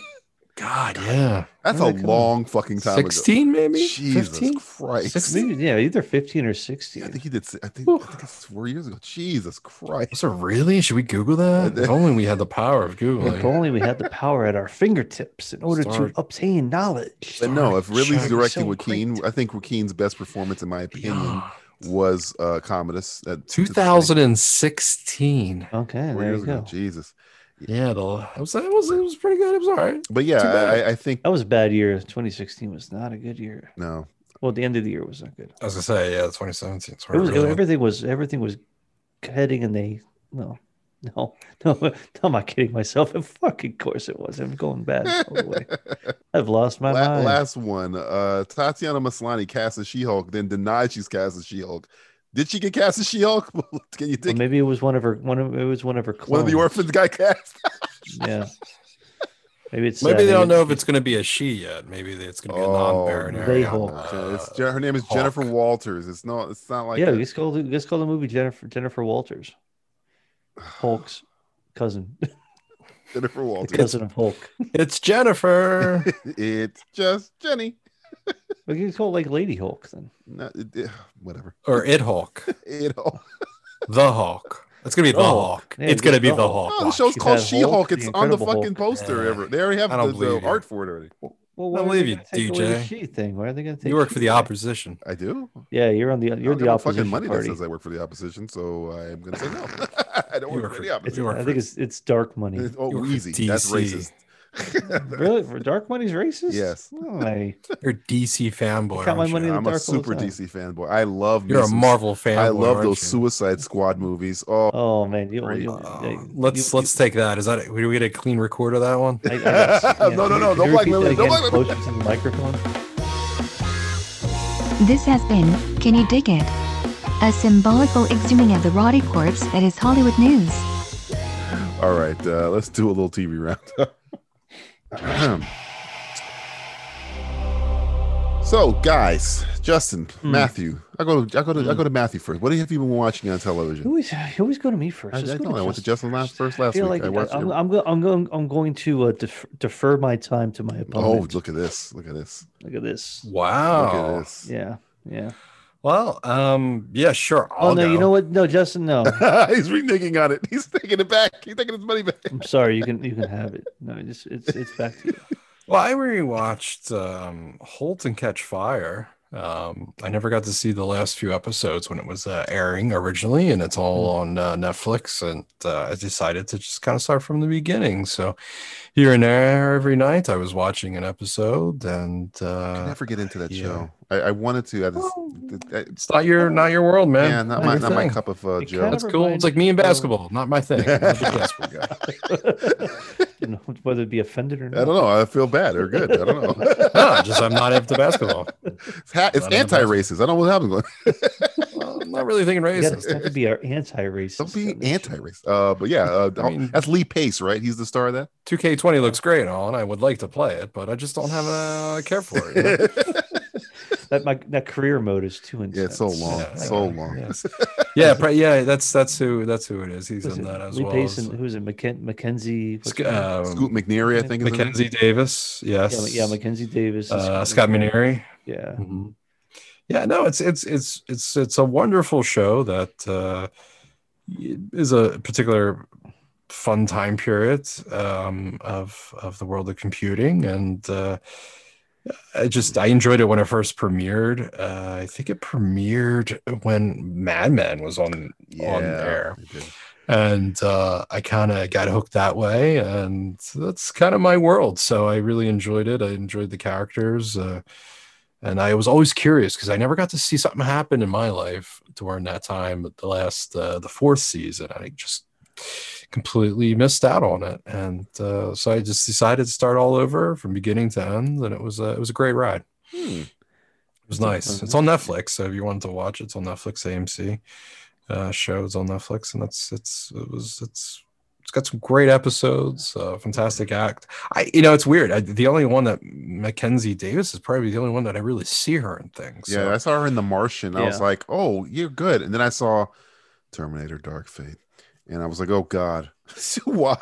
God, yeah. That's a when did that come out? long fucking time ago. Sixteen, maybe. Jesus 15? Christ. 16? Maybe, yeah, either 15 or Yeah, 16. I think he did. si- I think, Whew. I think it's four years ago. Jesus Christ. So really, should we Google that? If only we had the power of if googling. only we had the power at our fingertips in order Star- to obtain knowledge. But no, if Star Ridley's Trek is directing so Joaquin, I think Joaquin's best performance, in my opinion, was uh, Commodus. At 2016. Okay, Four there years you ago. go. Jesus. Yeah, the it was, it was it was pretty good. It was all right. But yeah, Too bad. I, I- I think That was a bad Oh, year. 2016 was not a good year. no. Well, the end of the year was not good. I was gonna say yeah, 2017. It's It hard was to really- everything was everything was heading in the no, no, no. no, I'm not kidding myself. Of fucking course it was. I'm going bad all the way. I've lost my La- mind. last one. Uh, Tatiana Maslany cast as She Hulk, then denied she's cast as She Hulk. Did she get cast as She Hulk? Can you Well, think maybe it was one of her. One of it was one of her. Clones. one of the orphans got cast? Yeah. Maybe it's Maybe uh, they don't know if it's- it's gonna be a she yet. Maybe it's gonna be a Oh, non-binary. they hope. Uh, it's Je- her name is Jennifer Hulk. Walters. It's not. It's not like a- yeah, let's call the, let's call the movie Jennifer Jennifer Walters, Hulk's cousin, Jennifer the Walters. cousin of Hulk. Uh, It's Jennifer. it's just Jenny. We can call it like Lady Hulk then. No, it- it- whatever. or it Hulk. It all. The Hawk. It's gonna be the, The Hulk. Hawk. Oh, Yeah, it's get gonna be the the Hulk. Hawk. No, the Watch. show's You've called Oh, had She Hulk, Hulk. the It's on the Incredible fucking poster. Yeah. Ever. They already have I don't the, the believe you. art for it already. Well, well, I why are they believe gonna you, take away the DJ. She thing. Why are they going to take? You work for the away? opposition. I do. Yeah, you're on the I you're don't the have no fucking opposition money party. that says I work for the opposition, so I'm gonna say no. I don't want to the opposite. It's- I think it's it's dark money. Oh, You work for easy. That's DC. really? For dark money's racist? Yes. Oh, my- You're a DC fanboy. Count my aren't you? money in the I'm a dark all the super time. DC fanboy. I love. You're a me some- Marvel fanboy, I love aren't those you? Suicide Squad movies. Oh, Oh man, you, Great. you, yeah, Let's let's take that. Is that do we get a clean record of that one? I- I guess, yeah. No, no, no, don't Could you black repeat Lily, that don't again, black Lily. Closer to the microphone. This has been Can You Dig It? A symbolical exhuming of the rotty corpse that is Hollywood news. All right, uh, let's do a little TV round. so, guys, Justin, Matthew, I go to I go to I go to Matthew first. What have you been watching on television? You always, you always go to me first. I, I, Let's go know, to I went to Justin. Justin last first last I feel week. I like I watched. am it. I'm, go- I'm going. I'm going to uh, defer, defer my time to my oh, opponent. look at this! Look at this! look at this. Look Wow. at this! Yeah, yeah. Well, um, yeah, sure. I'll oh no, go. you know what? No, Justin, no. He's reneging on it. He's taking it back. He's taking his money back. I'm sorry. You can you can have it. No, it's it's it's back to you. Well, I rewatched um, *Halt and Catch Fire*. Um, I never got to see the last few episodes when it was uh, airing originally, and it's all on uh, Netflix. And uh, I decided to just kind of start from the beginning. So here and there, every night, I was watching an episode, and I uh, never get into that yeah. show. I, I wanted to. I just, I, it's not your not your world, man. yeah, not my your not my thing. cup of uh, It Joe. kind That's Never cool. mind. It's like me and Um, basketball, not my thing. I'm not a basketball guy. You know, whether to be offended or not. I don't know. I feel bad or good. I don't know. No, just I'm not into basketball. It's, ha- it's Not in the anti racist. I don't know what happened. Well, I'm not really thinking You racist. gotta have to be our anti-racist. Don't on be this anti racist. Uh, but yeah, uh, I mean- that's Lee Pace, right? He's the star of that. 2K20 looks great and all, and I would like to play it, but I just don't have a uh, care for it. you know? show. That my that career mode is too intense. Yeah, it's so long. Yeah, so long. yeah. yeah, pr- yeah, that's that's who that's who it is. He's Was in it that as Lee well. Pace and as, who's it? McKen- Mackenzie. what's Sc- her name? um, Scoot McNeary, I think. is in it. Mackenzie Davis, yeah, Ma- yes. yeah, Mackenzie Davis. and uh, Scott Mineri. Yeah. Mhm. Yeah, no, it's it's it's it's it's a wonderful show that uh, is a particular fun time period um, of of the world of computing, and uh, I just I enjoyed it when it first premiered. Uh, I think it premiered when Mad Men was on on there, it did. and uh, I kind of got hooked that way, and that's kind of my world. So I really enjoyed it. I enjoyed the characters, uh, and I was always curious because I never got to see something happen in my life during that time. but The last, uh, the fourth season, I just completely missed out on it, and uh, so I just decided to start all over from beginning to end, and it was a, it was a great ride. Hmm. It was nice. It's on Netflix, so if you wanted to watch it, it's on Netflix AMC. Uh, shows on Netflix, and that's it's it was it's it's got some great episodes. Uh, fantastic act. I you know it's weird. I, the only one that Mackenzie Davis is probably the only one that I really see her in things. Yeah, I saw her in The Martian. I was Yeah. like, oh, you're good. And then I saw Terminator Dark Fate. And I was like, oh, God. Why?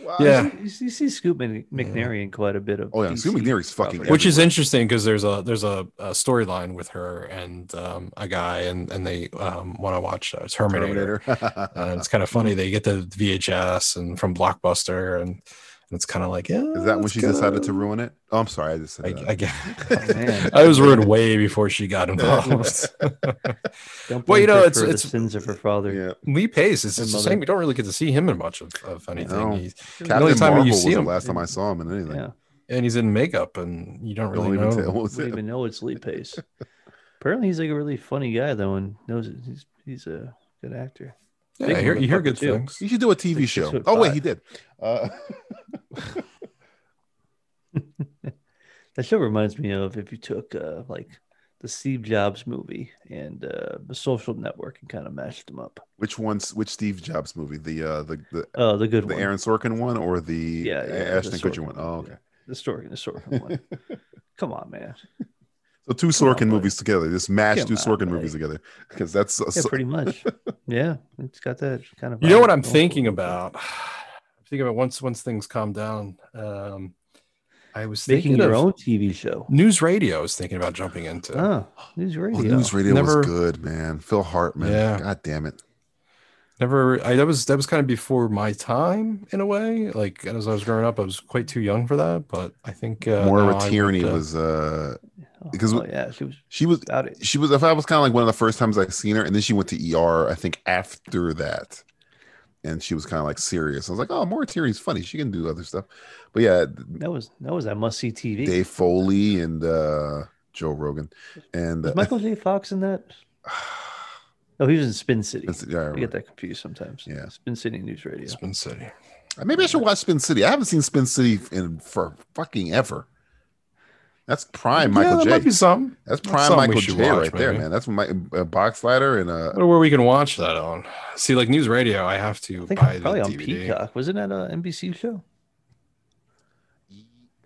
Why? Yeah. You, you see Scoot Mc- McNary in quite a bit of. Oh, yeah. DC Scoot McNeary's fucking property. which is everywhere. interesting because there's a there's a, a storyline with her and um, a guy, and and they um, want to watch uh, Terminator. Terminator. Uh, it's Uh-huh. kind of funny. They get the VHS and from Blockbuster, and, and it's kind of like, yeah. Is that when let's she go. decided uh, to ruin it? Oh, I'm sorry. I just said I, that. I guess. Oh, man. I was ruined way before she got involved. Don't Well, you blame know, her it's- for the it's- sins of her father. yeah. Lee Pace, it's Her just a mother. shame we don't really get to see him in much of, of anything. No. He's, Captain only time Marvel you was see the him- last time I saw him in anything. Yeah. and he's in makeup, and you don't really Don't even tell. know. What was We don't it? even know it's Lee Pace. Apparently, he's like a really funny guy though, and knows it. he's he's a good actor. Big Yeah, you hear, you hear motherfucker, good too. things. You should do a TV Like six show. foot Oh wait, five. he did. Uh, That show reminds me of if you took uh, like the Steve Jobs movie and uh, the Social Network and kind of mashed them up. which one's which Steve Jobs movie? The uh, the the, Oh, the good the one. Aaron Sorkin one or the yeah, yeah, the Ashton Kutcher Sorkin one? Oh, yeah. okay. The Sorkin, the Sorkin one. Come on, man. So two Come on, Sorkin buddy. movies together. Just mash Come two on, Sorkin buddy. movies together because that's Yeah, so- pretty much. Yeah, it's got that kind of. You know vibe what I'm going for it. thinking about? I'm thinking about once once things calm down. Um, I was Making thinking your of own TV show. news radio. I was thinking about jumping into. Ah. Oh, news radio. Oh, news radio Never- was good, man. Phil Hartman. Yeah. God damn it. Never, I that was that was kind of before my time in a way. Like as I was growing up, I was quite too young for that. But I think uh, now I Moira would, Tierney uh, was uh Oh, because oh, yeah, she was she was about it. E she was if I was kind of like one of the first times I seen her, and then she went to ER. I think after that. and she was kind of like serious. I was like, oh, Maura Tierney's funny. She can do other stuff. But yeah, that was that was that must see TV. Dave Foley and uh, Joe Rogan and Was uh, Michael J. Fox in that? Oh, he was in Spin City. yeah, I I, get remember. that confused sometimes. Yeah, Spin City News Radio. Spin City. maybe I should watch Spin City. I haven't seen Spin City in for fucking ever. That's prime Yeah, Michael that J. might be something. That's That's prime something we Michael should J. watch, right there, maybe. man. That's my uh, box ladder and uh, I wonder where we can watch that on. See, like news radio, I have to think buy probably the on DVD. Peacock. Wasn't that an NBC show?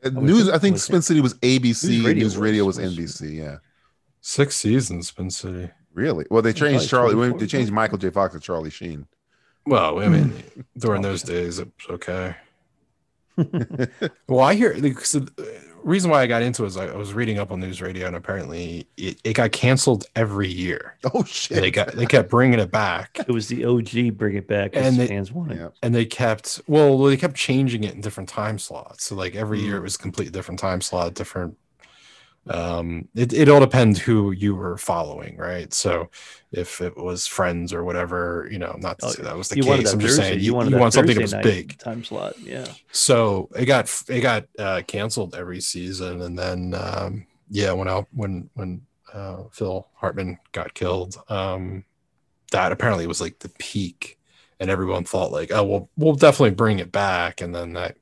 uh, was news. it- I think was it- Spin City was ABC. News News Radio, Radio was, NBC. Yeah, Six seasons, Spin City. really. Well, they changed probably Charlie. 24, They changed Michael J. Fox to Charlie Sheen. Well, I mean, Hmm. during those days, it was okay. well, I hear like, so the reason why I got into it is I, I was reading up on news radio, and apparently it, it got canceled every year. Oh shit! They got they kept bringing it back, It was the OG Bring It Back And and they- fans wanted. Yeah. and they kept well, they kept changing it in different time slots. So like every Mm. year, it was a completely different time slot, different. Um, it it all depends who you were following, right? So if it was Friends or whatever, you know, not to Oh, say that was the you wanted case. that I'm just Thursday. saying you wanted you that want something that was Thursday night big. time slot. Yeah, so it got it got uh, canceled every season, and then um, yeah, when out when when uh, Phil Hartman got killed, um, that apparently was like the peak, and everyone thought like, oh, well, we'll definitely bring it back, and then that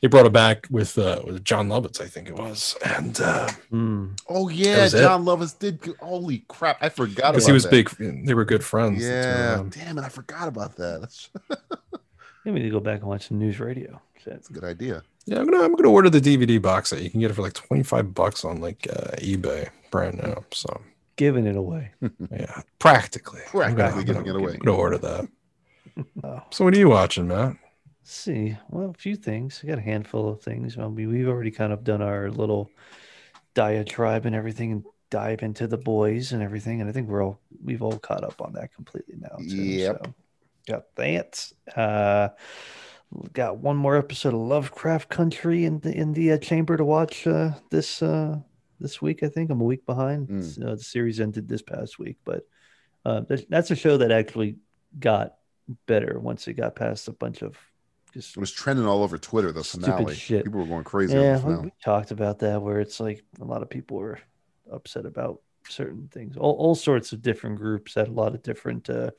they brought it back with uh, with John Lovitz, I think it was, and uh, Mm. Oh That yeah, was it. John Lovitz did. Holy crap! I forgot about because he was that. big, they were good friends. the two of Yeah, them. damn it! I forgot about that. That's yeah. We need to go back and watch some news radio. a good idea. yeah. I'm gonna I'm gonna order the DVD box set. You can get it for like 25 bucks on like uh, eBay right now. So. Giving it away. Yeah, practically. I'm gonna- Practically I'm gonna, giving it away. I'm gonna order that. Oh. So what are you watching, Matt? Let's see. Well, a few things. I got a handful of things. I mean, we've already kind of done our little diatribe and everything and dive into the boys and everything. And I think we're all we've all caught up on that completely now. Too, Yep. So got that. Uh got one more episode of Lovecraft Country in the in the uh, chamber to watch uh this uh this week, I think. I'm a week behind. Mm. It's, Uh, the series ended this past week, but uh, that's- that's a show that actually got better once it got past a bunch of just It was trending all over Twitter. The Stupid finale. shit. People were going crazy. over yeah, the we, finale. we talked about that where it's like a lot of people were upset about certain things. All, all sorts of different groups had a lot of different uh,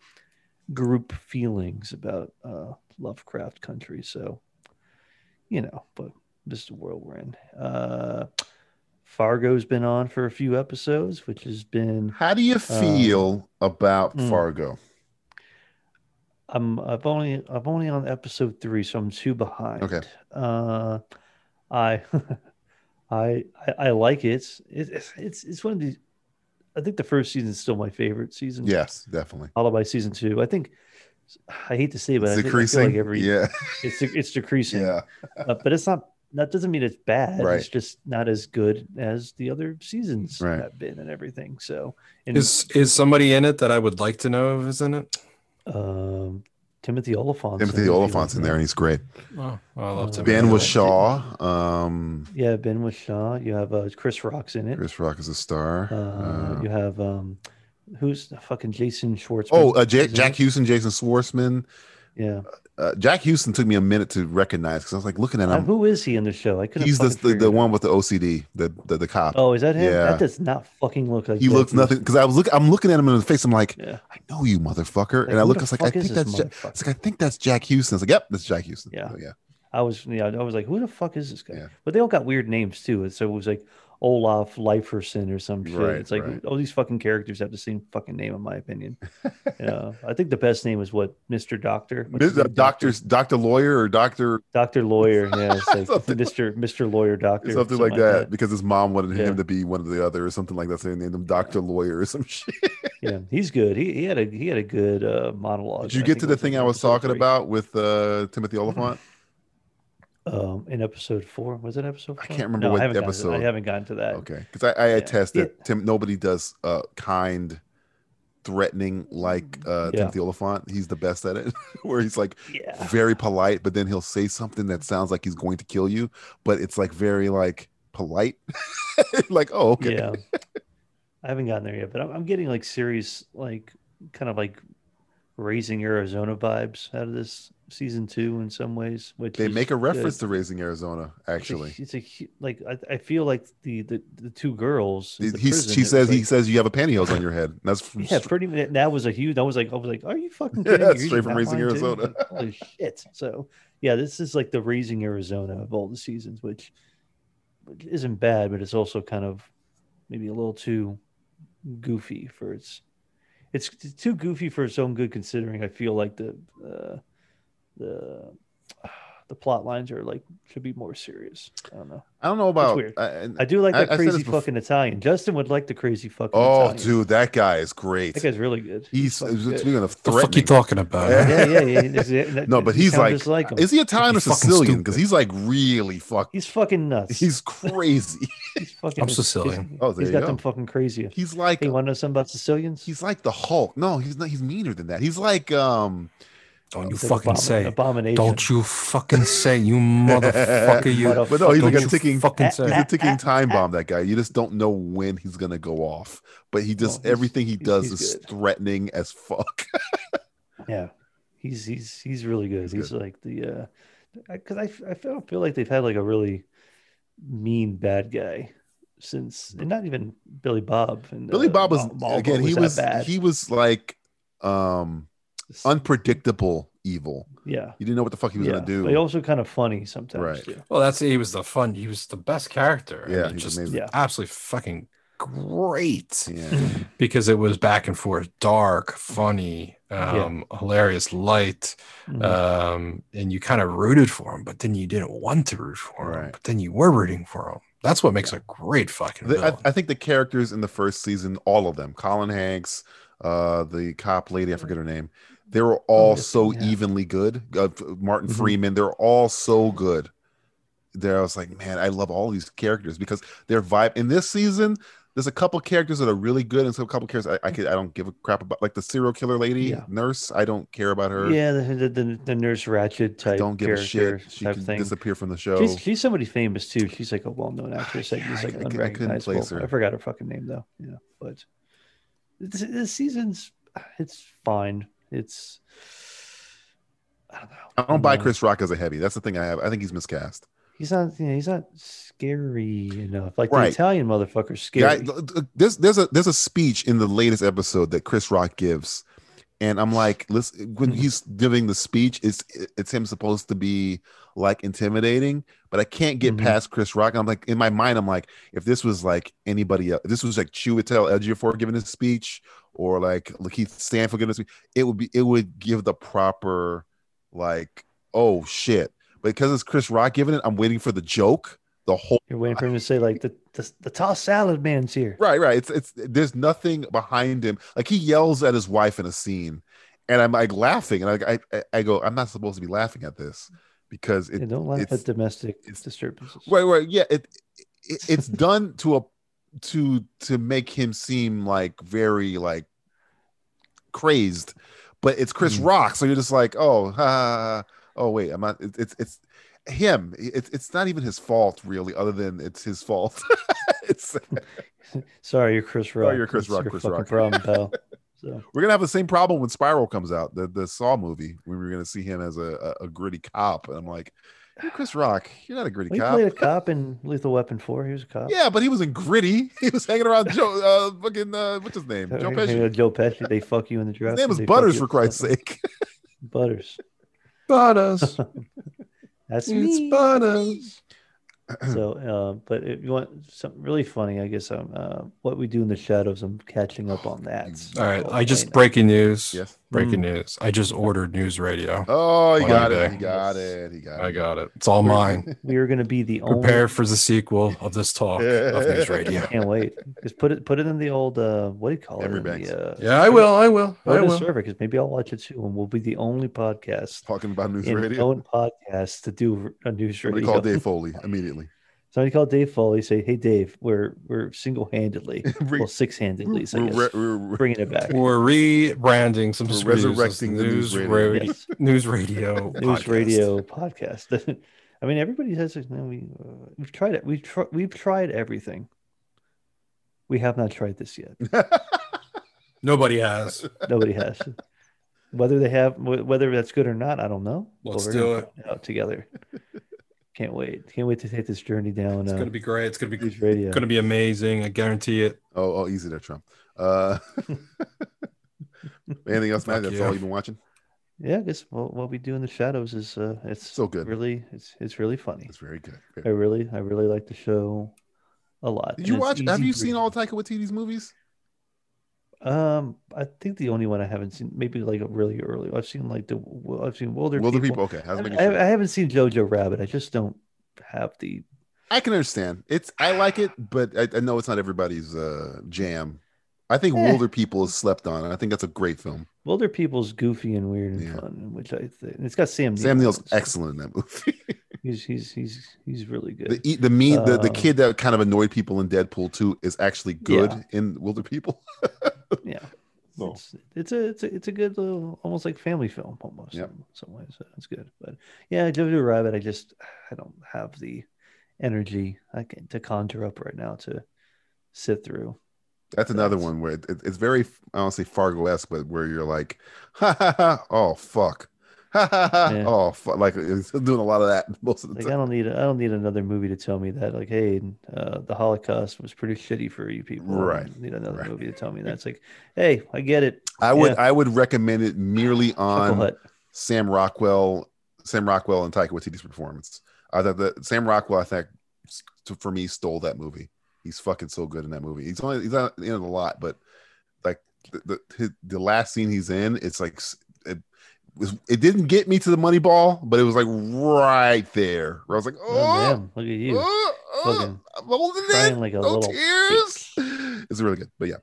group feelings about uh, Lovecraft Country. So, you know, but this is the world we're in. Uh, Fargo's been on for a few episodes, which has been How do you feel about Uh, mm. Fargo? I'm I've only I've only on episode three, so I'm two behind. Okay. Uh, I, I I I like it. It- It's it's it's one of the. I think the first season is still my favorite season. Yes, definitely. Followed by season two. I think. I hate to say, it, but I It's think- I feel decreasing. like every yeah, it's it's decreasing. yeah. Uh, but it's not. That doesn't mean it's bad. Right. It's just not as good as the other seasons Right. have been and everything. So, and Is is somebody in it that I would like to know if is in it? um, Timothy Oliphant. Timothy Oliphant's in there, and he's great. Oh, I love to. Ben know was that. Shaw. Um, Yeah, Ben with Shaw. You have uh, Chris Rock's in it. Chris Rock is a star. Uh, Uh, you have um, who's the fucking Jason Schwartzman? oh, uh, Jack, Isn't Jack it? Houston, Jason Schwartzman. Yeah. Uh, Jack Houston took me a minute to recognize because I was like looking at Uh, him. who is he in the show? I couldn't. He's the, fucking the, figure the it out. one with the OCD, the the, the cop. Oh, is that him? Yeah. That does not fucking look like. he Jack looks Houston. nothing because I was look. I'm looking at him in the face. I'm like, Yeah. I know you, motherfucker. Like, and I who look. the I was like, I fuck is think this that's. Jack. It's motherfucker? like I think that's Jack Houston. It's like, yep, that's Jack Houston. Yeah. So, yeah. I was, you know, I was like, who the fuck is this guy? Yeah. But they all got weird names too. And so it was like Olaf Leiferson or some shit. Right, it's like right. all these fucking characters have the same fucking name, in my opinion. you know, I think the best name is what Mister Doctor. What's his This, uh, name? Doctor- doctor's doctor lawyer or doctor Doctor Lawyer, yeah, it's like Something like- Mr. Mr. Lawyer Doctor, something, like that, because his mom wanted Yeah. him to be one of the other or something like that. So they named him Doctor Lawyer or some shit. Yeah, he's good. He, he had a he had a good uh, monologue. Did you I get think to it the was in thing I was episode talking three. about with uh, Timothy Oliphant? um, in episode four? Was it episode? Four? I can't remember No, what I haven't gotten to- episode. I haven't gotten to that. Okay, because I, I Yeah. attest that Yeah. Tim nobody does uh, kind, threatening like uh, Yeah. Timothy Oliphant. He's the best at it, where he's like Yeah, very polite, but then he'll say something that sounds like he's going to kill you, but it's like very like polite, like oh okay, yeah. I haven't gotten there yet, but I'm, I'm getting like serious, like kind of like raising Arizona vibes out of this season two in some ways. Which They is make a good. reference to Raising Arizona, actually. it's a, it's a hu- like I, I feel like the the, the two girls. in He, the he's, prison, he it's says he like- says you have a pantyhose on your head. And That's from, Yeah, pretty much. That was a huge. That was like, I was like, are you fucking Yeah, kidding? me? You're straight using from that Raising line too?" Arizona. Like, Holy shit! So yeah, this is like the Raising Arizona of all the seasons, which, which isn't bad, but it's also kind of maybe a little too goofy for its. It's t- too goofy for its own good, considering I feel like the uh, the the plot lines are like should be more serious. I don't know. I don't know It's about- weird. I- I, do like I- I that said crazy this before- fucking Italian. Justin would like the crazy fucking. oh, Italian. dude, that guy is great. That guy's really good. He's, fucking speaking good. of The threatening. fuck you talking about? Yeah, yeah, yeah, he's- that- no, but you he's sound like, just like him. is he Italian or He's fucking Sicilian? stupid. Because he's like really fuck. He's fucking nuts. He's crazy. he's fucking. I'm Sicilian. he's- Oh, there he's you got go. them fucking crazy. He's like. Hey, you want to know something about Sicilians? He's like the Hulk. No, he's not. He's meaner than that. He's like um. Don't you It's an fucking abomin- say. abomination. Don't you fucking say, you motherfucker. You. But no, he's don't like a you ticking. fucking He's say. a ticking time bomb. That guy. You just don't know when he's gonna go off. But he just everything he does is threatening as fuck. Yeah, he's he's he's really good. He's, like the because I f I I, feel, feel like they've had like a really mean bad guy since, and not even Billy Bob. And, Billy uh, Bob was Mal- Malvo again. He that was bad. he was like um unpredictable evil. Yeah. you didn't know what the fuck he was Yeah, gonna do. But also kind of funny sometimes. Right. too. Well, that's he was the fun. He was the best character. I Yeah, mean, he's just amazing. Yeah. absolutely fucking great. Yeah. because it was back and forth, dark, funny, Yeah. um, hilarious, light, Mhm. um, and you kind of rooted for him, but then you didn't want to root for him, but then you were rooting for him. That's what makes a great fucking The- villain. I, I think the characters in the first season, all of them, Colin Hanks, uh, the cop lady, I Mm-hmm. forget her name, they were all so evenly good. Uh, F- Martin Mm-hmm. Mhm. Freeman, they're all so good. There, I was like, man, I love all these characters because their vibe in this season. There's a couple characters that are really good, and some couple characters I, I could I don't give a crap about, like the serial killer lady nurse. I don't care about her. Yeah, the, the, the, the Nurse Ratchet type don't give a character shit. She type can thing. disappear from the show. She's, she's somebody famous too. She's like a well-known actress. Like, she's like I- I couldn't- I couldn't unrecognizable. place her. I forgot her fucking name though. Yeah, but this, this season's it's fine. It's I don't Mm-hmm. buy Chris Rock as a heavy. That's the thing I have. I think he's miscast. he's not you know, he's not scary enough. Like Right. the Italian motherfucker's Yeah, scary. I- there's there's a there's a speech in the latest episode that Chris Rock gives, and I'm like, listen, when he's giving the speech, it's it's him supposed to be like intimidating, but I can't get past Chris Rock. I'm like, in my mind, I'm like, if this was like anybody else, if this was like Chiwetel Ejiofor giving his speech, or like Lakeith Stanfield giving a speech, it would be it would give the proper like, oh shit, but because it's Chris Rock giving it, I'm waiting for the joke. The whole You're waiting for him to say like the the, the tossed salad man's here. Right, right. It's it's there's nothing behind him. Like he yells at his wife in a scene, and I'm like laughing, and I I, I go, I'm not supposed to be laughing at this because it Don't laugh it's- at domestic disturbances. right, right, yeah. It, it it's done to a to to make him seem like very like crazed, but it's Chris Mm. Rock, so you're just like, oh, ha, oh wait, I'm not. It, it's it's him. It's it's not even his fault really, other than it's his fault. it's. Sorry, you're Chris Rock. Oh, you're Chris It's Rock. your Chris fucking Rock. problem, pal. So. We're gonna have the same problem when Spiral comes out, the the Saw movie. We were gonna see him as a, a, a gritty cop, and I'm like, you're Chris Rock. You're not a gritty Well, he cop. played a cop in Lethal Weapon Four. He was a cop. Yeah, but he wasn't gritty. He was hanging around Joe, uh, fucking uh, what's his name? Joe Pesci. Pesci. Joe Pesci. They fuck you in the dress. name and is they fuck Butters, you- for Christ's sake. Butters. Butters. That's It's me. Butters. So, uh, but if you want something really funny, I guess um, uh, what we do in the shadows. I'm catching up on that. All right, Oh, I just right breaking news. Yes. Breaking news. I just ordered news radio. Oh, he on got it. eBay. He got it. He got it. I got it. It's all mine. We are going to be the only. Prepare for the sequel of this talk of news radio. Can't wait. Just put it put it in the old uh, what do you call it? In The, uh, Yeah, I will. I will. put it I in the will. server because maybe I'll watch it too, and we'll be the only podcast talking about news in radio. Own podcast to do a news Somebody radio. call Dave Foley immediately. Somebody call Dave Foley. Say, "Hey, Dave, we're we're single handedly, well, six handedly, we're- bringing it back." We're rebranding some We're screws as resurrecting the news radio. ro- Yes. news radio. News podcast. radio podcast. I mean, everybody has. I mean, we uh, we've tried it. We've tr- we've tried everything. We have not tried this yet. Nobody has. Nobody has. Whether they have, wh- whether that's good or not, I don't know. but Let's we're do gonna it. find out together. Can't wait. Can't wait to take this journey down. It's uh, gonna be great. It's gonna be News radio. gonna be amazing. I guarantee it. Oh, oh easy there, Trump. Uh, anything else, Matt? Fuck That's yeah. all you've been watching. yeah, I guess what, what we do in the shadows is uh, it's So good. Really, it's it's really funny. It's very good. Very I really, I really like the show a lot. Did and you it's watch? Have easy you for- seen all Taika Waititi's movies? Um, I think the only one I haven't seen, maybe like really early. I've seen like the w- I've seen Wilder Wilder People. People, okay, I was I, making I- sure. I haven't seen Jojo Rabbit. I just don't have the. I can understand. It's I like it, but I, I know it's not everybody's uh, jam. I think Eh. Wilder People is slept on, and I think that's a great film. Wilder People's goofy and weird and fun, and which I think and it's got Sam. Sam Neill. Neill's excellent in that movie. He's he's he's he's really good. The e- the me the, the Um, kid that kind of annoyed people in Deadpool too is actually good Yeah. in Wilder People. yeah. So. It's, it's a it's a it's a good little almost like family film almost Yep. in some ways. So It's good, but yeah, Jojo Rabbit. I just I don't have the energy I can to conjure up right now to sit through. That's another one where it, it's very I don't say Fargo esque, but where you're like, ha ha ha, oh fuck, ha ha ha, Yeah. oh fuck, like it's doing a lot of that most of the Like I time. don't need I don't need another movie to tell me that like hey uh, the Holocaust was pretty shitty for you people. I Right. don't need another movie to tell me that's like hey I get it. I would Yeah. I would recommend it merely on Chucklehead. Sam Rockwell, Sam Rockwell and Taika Waititi's performance. I thought that Sam Rockwell, I think, s- to- for me, stole that movie. He's fucking so good in that movie. He's only he's not in it a lot, but like the the, his, the last scene he's in, it's like s- it was it didn't get me to the money ball, but it was like right there. Where I was like, Oh, oh, damn, look at you oh, oh, fucking I'm holding crying it, like a no little tears. It's really good, but yeah.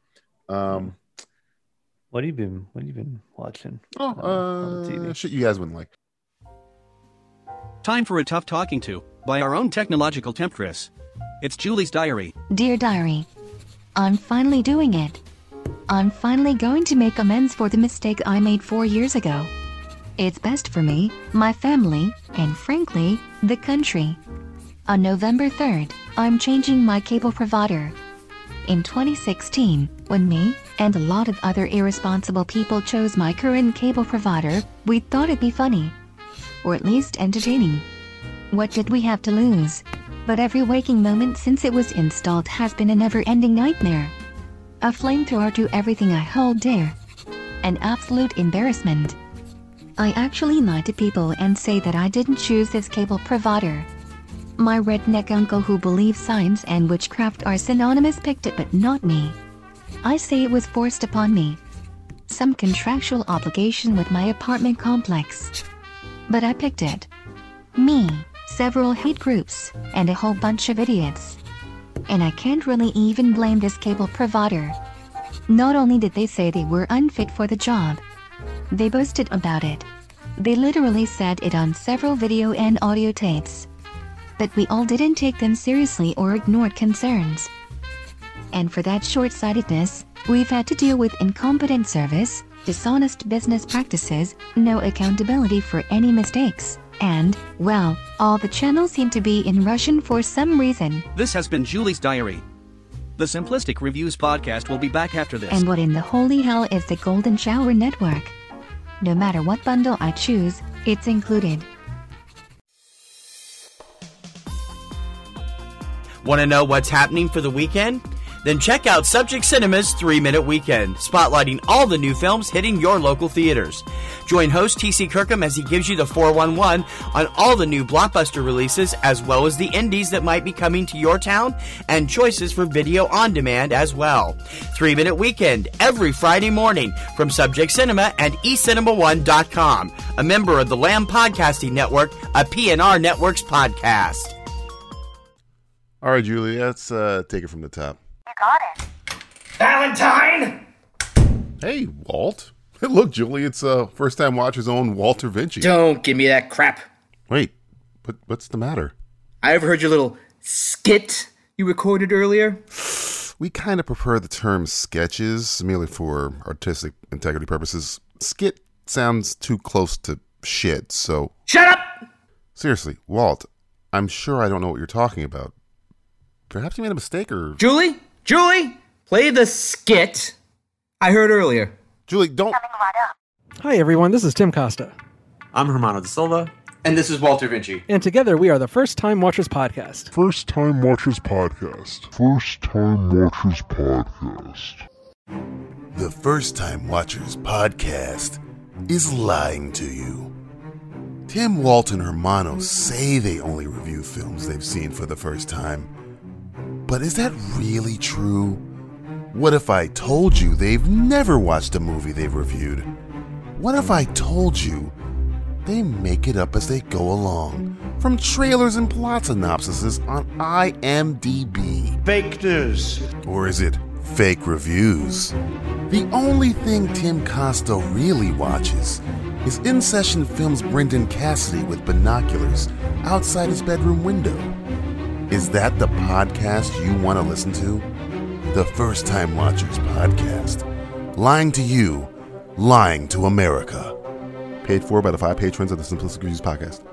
Um, What have you been What have you been watching? oh, uh, on the uh, TV? shit, you guys wouldn't like. Time for a tough talking to by our own technological temptress. It's Julie's diary. Dear Diary, I'm finally doing it. I'm finally going to make amends for the mistake I made four years ago. It's best for me, my family, and frankly, the country. On November 3rd, I'm changing my cable provider. In 2016, when me and a lot of other irresponsible people chose my current cable provider, we thought it'd be funny. Or at least entertaining. What did we have to lose? But every waking moment since it was installed has been a never ending nightmare. A flamethrower to everything I hold dear. An absolute embarrassment. I actually lie to people and say that I didn't choose this cable provider. My redneck uncle who believes science and witchcraft are synonymous picked it, but not me. I say it was forced upon me. Some contractual obligation with my apartment complex. But I picked it me, several hate groups, and a whole bunch of idiots. And I can't really even blame this cable provider. Not only did they say they were unfit for the job, they boasted about it. They literally said it on several video and audio tapes. But we all didn't take them seriously or ignored concerns. And for that short sightedness, we've had to deal with incompetent service, dishonest business practices, no accountability for any mistakes, and, well, all the channels seem to be in Russian for some reason. This has been Julie's diary. The Simplistic Reviews podcast will be back after this. And what in the holy hell is the Golden Shower Network? No matter what bundle I choose, it's included. Want to know what's happening for the weekend? Then check out Subject Cinema's 3 Minute Weekend, spotlighting all the new films hitting your local theaters. Join host TC Kirkham as he gives you the 411 on all the new blockbuster releases, as well as the indies that might be coming to your town, and choices for video on demand as well. 3 Minute Weekend, every Friday morning from Subject Cinema and ecinema1.com, a member of the Lamb Podcasting Network, a PNR Networks podcast. All right, Julie, let's uh, take it from the top. Valentine! Hey, Walt. Look, Julie, it's uh, first time watcher's own Walter Vinci. Don't give me that crap. Wait, what, what's the matter? I overheard your little skit you recorded earlier. We kind of prefer the term sketches merely for artistic integrity purposes. Skit sounds too close to shit, so. Shut up! Seriously, Walt, I'm sure I don't know what you're talking about. Perhaps you made a mistake or. Julie? Julie? Play the skit I heard earlier. Julie, don't. Hi, everyone. This is Tim Costa. I'm Hermano da Silva. And this is Walter Vinci. And together we are the First Time Watchers Podcast. First Time Watchers Podcast. First Time Watchers Podcast. The First Time Watchers podcast is lying to you. Tim Walt and Hermano say they only review films they've seen for the first time. But is that really true? What if I told you they've never watched a movie they've reviewed? What if I told you they make it up as they go along, from trailers and plot synopsises on IMDb? Fake news. Or is it fake reviews? The only thing Tim Costa really watches is In Session Films Brendan Cassidy with binoculars outside his bedroom window. Is that the podcast you want to listen to? The First Time Watchers podcast. Lying to you, lying to America. Paid for by the five patrons of the Simplistic Reviews podcast.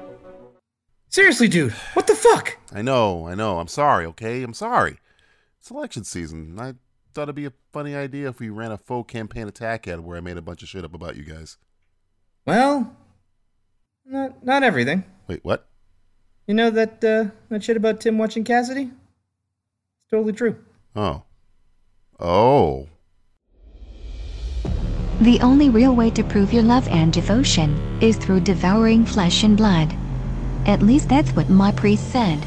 Seriously, dude, what the fuck? I know, I know. I'm sorry, okay? I'm sorry. It's election season. I thought it'd be a funny idea if we ran a faux campaign attack ad where I made a bunch of shit up about you guys. Well, not not everything. Wait, what? You know that uh, that shit about Tim watching Cassidy? It's totally true. Oh. Oh. The only real way to prove your love and devotion is through devouring flesh and blood. At least that's what my priest said.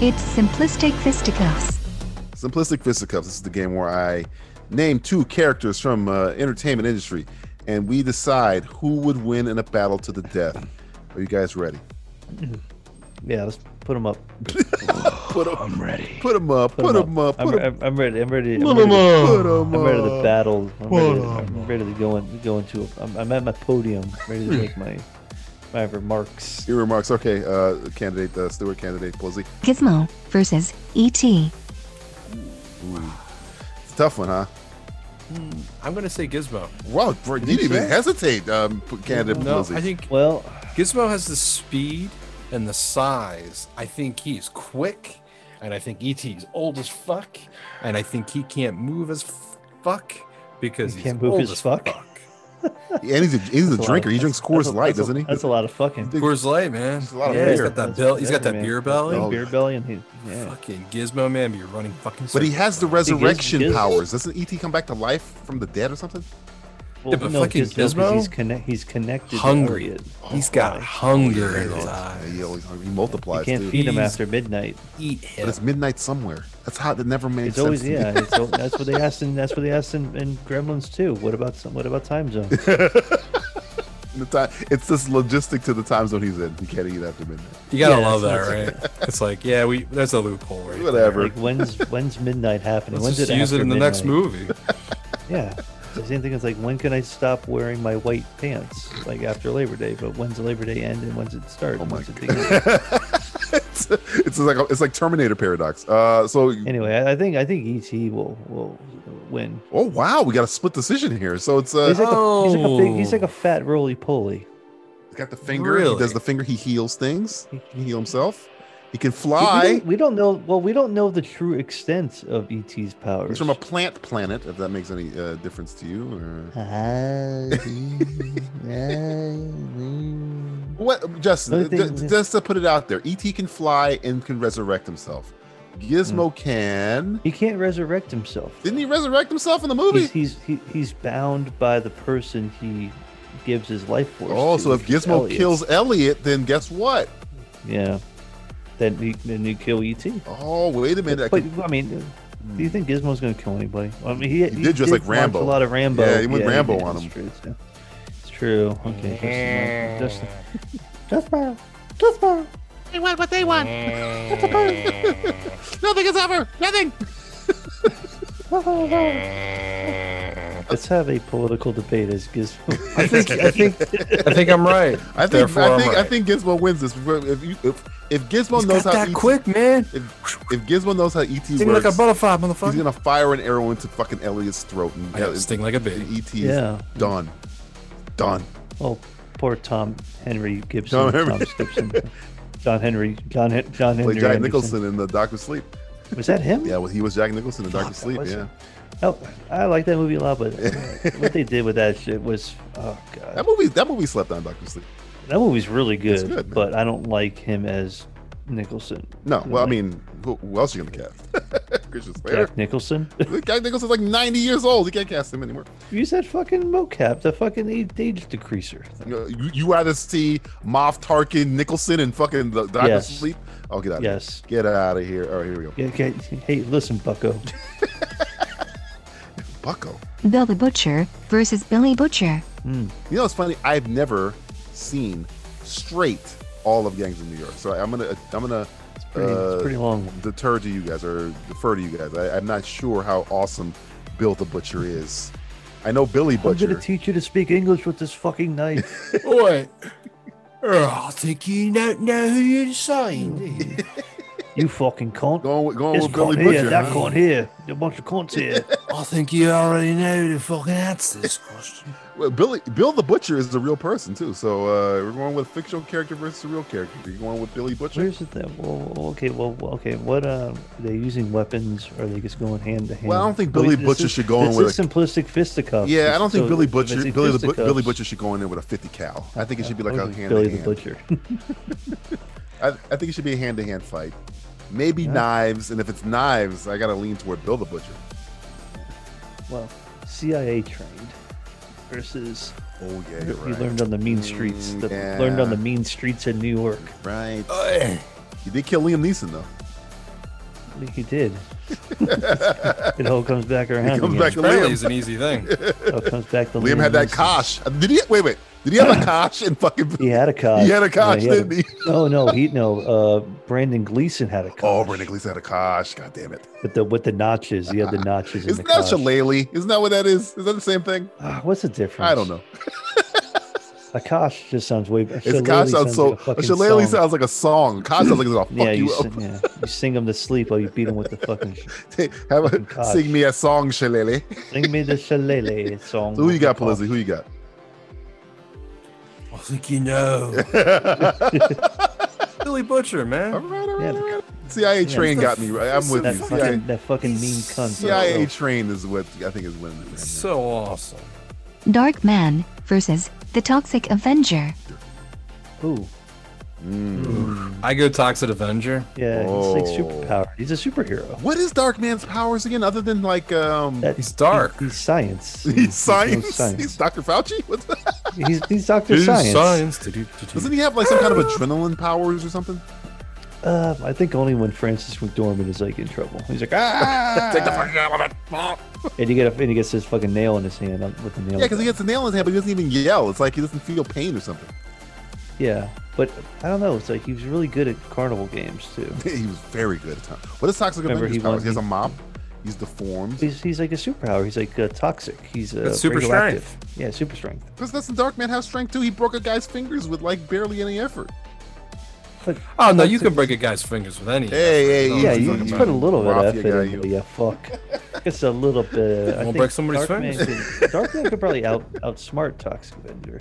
It's simplistic fisticuffs. Simplistic Fisticuffs. This is the game where I name two characters from uh, entertainment industry, and we decide who would win in a battle to the death. Are you guys ready? Yeah, let's put them up. put them, I'm ready. Put them up. Put Put 'em them up. I'm, Put 'em- I'm, I'm ready. I'm ready. I'm Put ready, 'em to- up. Put 'em I'm ready to up. battle. I'm Put ready, 'em I'm ready to go in, go into. A, I'm, I'm at my podium, ready to make my my remarks. Your remarks. Okay, uh, candidate uh, Stewart, candidate Pelosi. Gizmo versus E E.T. Ooh. It's a tough one, huh? I'm gonna say Gizmo. Wow, bro, you didn't even hesitate, um, p- candidate No, Pelosi. I think well, Gizmo has the speed and the size. I think he's quick, and I think ET is old as fuck, and I think he can't move as f- fuck because he can't move old as fuck. and he's a, he's a That's a lot drinker. of- he drinks Coors that's a- Light, that's a- doesn't he? That's a lot of fucking. Coors Light, man. a lot of yeah, he's beer. got that bell. He's got that Man, beer belly. that Beer belly, and he. Yeah. Fucking Gizmo man, be running fucking. But he has the circles. resurrection powers. Doesn't ET come back to life from the dead or something? Well, but no, fucking 'cause- no, 'cause Gizmo? He's, connect, he's connected. to Hungry. Elliot. Oh, He's got hunger in his Yeah, eyes. Uh, He, always, he multiplies. You can't too. feed him after midnight. Eat But it's midnight somewhere. That's how that never makes It's sense. always to me. yeah. It's, al- that's what they asked in. That's what they asked in, in Gremlins too. What about some? What about time zone? The time, it's this logistic to the time zone he's in. He can't eat after midnight. You gotta Yeah, love that, that's- right? it's like, yeah, we there's a loophole, right? Whatever. there. Like when's when's midnight happening? Let's when's just use it after in the next midnight? movie. Yeah, it's the same thing. It's like when can I stop wearing my white pants? Like after Labor Day, but when's Labor Day end and when's it start? Oh my it's, it's like it's like Terminator paradox. Uh, so anyway, I, I think I think ET will will win. Oh wow, we got a split decision here. So it's uh, he's like a, he's like a big, he's like Oh. a fat roly poly. He's got the finger. He does the finger. He heals things. He can heal himself. He can We, fly. don't, we don't know. Well, we don't know the true extent of ET's powers. He's from a plant planet. If that makes any uh, difference to you. Or... What, Justin? Only ju- thing- just to put it out there, ET can fly and can resurrect himself. Gizmo can. He can't resurrect himself. Didn't he resurrect himself in the movie? He's he's, he, he's bound by the person he gives his life for. oh, so if Gizmo kills Elliot, then guess what? yeah, then he, then you kill ET. Oh, wait a minute. I But, could- I mean, do you think Gizmo's going to kill anybody? I mean, he, Hmm. He did just like launch Rambo. A lot of Rambo. Yeah, he went Rambo did. on It's him. True, it's, it's true. Okay, Justin, Just Justin. Just They want what they want. Nothing is ever. Nothing. Let's have a political debate as Gizmo. I think- I think- I think I'm right. I think Therefore, I I'm think, I right. think Gizmo wins this. If you, if, if Gizmo He's knows got how that ET quick, man. If, if Gizmo knows how ET Sting works, like a butterfly, he's motherfucker. gonna fire an arrow into fucking Elliot's throat and I got sting like a bee. ET E is Yeah. done, done. Oh, poor Tom Henry Tom Gibson. Tom Henry. Henry Gibson. John Henry. John Hen- John Henry. Play John Anderson. Nicholson in the Doctor Sleep. Was that him? Yeah, well, he was Jack Nicholson in Doctor Sleep. was Yeah, Oh, I like that movie a lot, but what they did with that shit was oh god. That movie that movie slept on Doctor Sleep. That movie's really It's good, good, man. but I don't like him as Nicholson. No, well, I mean, who, who else are you gonna cast? Christian Slater. Jack Nicholson. Jack Nicholson's like 90 years old. You can't cast him anymore. Use that fucking mocap, the fucking age age decreaser. You, know, you, you either see Moff Tarkin Nicholson and fucking the Doctor Yes. Sleep. Oh, get out! Yes. Of here. Get out of here! All right, here we go. Yeah, okay. Hey, listen, Bucko. Bucko. Bill the Butcher versus Billy Butcher. You know, it's funny. I've never seen straight all of Gangs of New York, so I'm gonna I'm gonna pretty- it's Uh, pretty long. Deter to you guys or defer to you guys. I, I'm not sure how awesome Bill the Butcher is. I know Billy I'm Butcher. gonna teach you to speak English with this fucking knife. What? I think you don't know who you signed. you fucking cunt. Going with, going this with Billy cunt Butcher, here, that huh? cunt here, a bunch of cunts here. I think you already know the fucking answer to this question. Well, Billy Bill the Butcher is a real person too. So uh, we're going with fictional character versus a real character. You're going with Billy Butcher. Where's the thing? Well, okay, well, well, okay. What uh, are they using weapons? Or are they just going hand to hand? Well, I don't think Billy this Butcher is- should go in this with is a- simplistic fisticuffs. Yeah, I don't think So, Billy if Butcher it's Billy the, Bu- Billy fisticuffs, Butcher should go in there with a 50 cal. I think it should be like I a would be hand Billy to the hand. Butcher. I, I think it should be a hand to hand fight. Maybe Yeah. knives, and if it's knives, I gotta lean toward Bill the Butcher. Well, CIA trained versus. Oh yeah, what you're we right. learned on the mean streets. Mm, That yeah. learned on the mean streets in New York. Right. He did kill Liam Neeson though. I think he did. it all comes back around. It comes again. back to Liam. It all comes back to Liam had that kosh. Did he? Wait, wait. Did he have a kosh and fucking? He had a kosh. He had a Yeah, kosh, had a- didn't he? No, no, he no. Uh, Brandon Gleason had a kosh. Oh, Brandon Gleason had a kosh. God damn it. With the with the notches, he had the notches. in Isn't the that kosh. shillelagh? Isn't that what that is? Is that the same thing? Ah, What's the difference? I don't know. A kosh just sounds way. It's a kosh sounds so. a shillelagh sounds like a song. Kosh sounds like it's gonna fuck yeah, you, you, up. sing, yeah, you sing them to sleep while you beat them with the fucking. sh- Have a, fucking kosh. sing me a song, shillelagh. Sing me the shillelagh song. So who you with got, the kosh. Pelizzi? Who you got? I think you know. Billy Butcher, man. yeah, CIA Yeah, train it's got the me f- right. I'm with that you. fucking- CIA, that fucking mean cunt. CIA train is what I think is winning. Right so Oh, awesome. Dark Man versus The Toxic Avenger. Ooh. I go Toxic Avenger. Yeah, he's like Oh. superpower. He's a superhero. What is Dark Man's powers again, other than like um? That- he's dark. He's science. He's no science. science. He's Dr. Fauci. What's that? He's, he's Doctor Science. Doesn't he have like some kind of adrenaline powers or something? Uh, I think only when Francis McDormand is like in trouble. He's like, ah! Take the fucking out of it. Ah! and he get a, and he gets his fucking nail in his hand uh, with the nail. Yeah, because he gets a nail in his hand, but he doesn't even yell. It's like he doesn't feel pain or something. yeah, but I don't know. It's like he was really good at carnival games too. he was very good at time. What is Toxic Remember, Avenger's he powers? won- he has a mop. He's deformed. He's, he's like a superpower. He's like uh, toxic. He's uh, That's super radioactive. Yeah, super strength. Because doesn't Dark Man have strength too? He broke a guy's fingers with like barely any effort. Oh no, you can break a guy's fingers with any. Hey, effort. yeah, No, you, I'm you talking put a about little bit of Mafia effort guy, into it, yeah, fuck. It's a little bit. I think Won't break somebody's Darkman fingers. could- Darkman could probably out outsmart Toxic Avenger.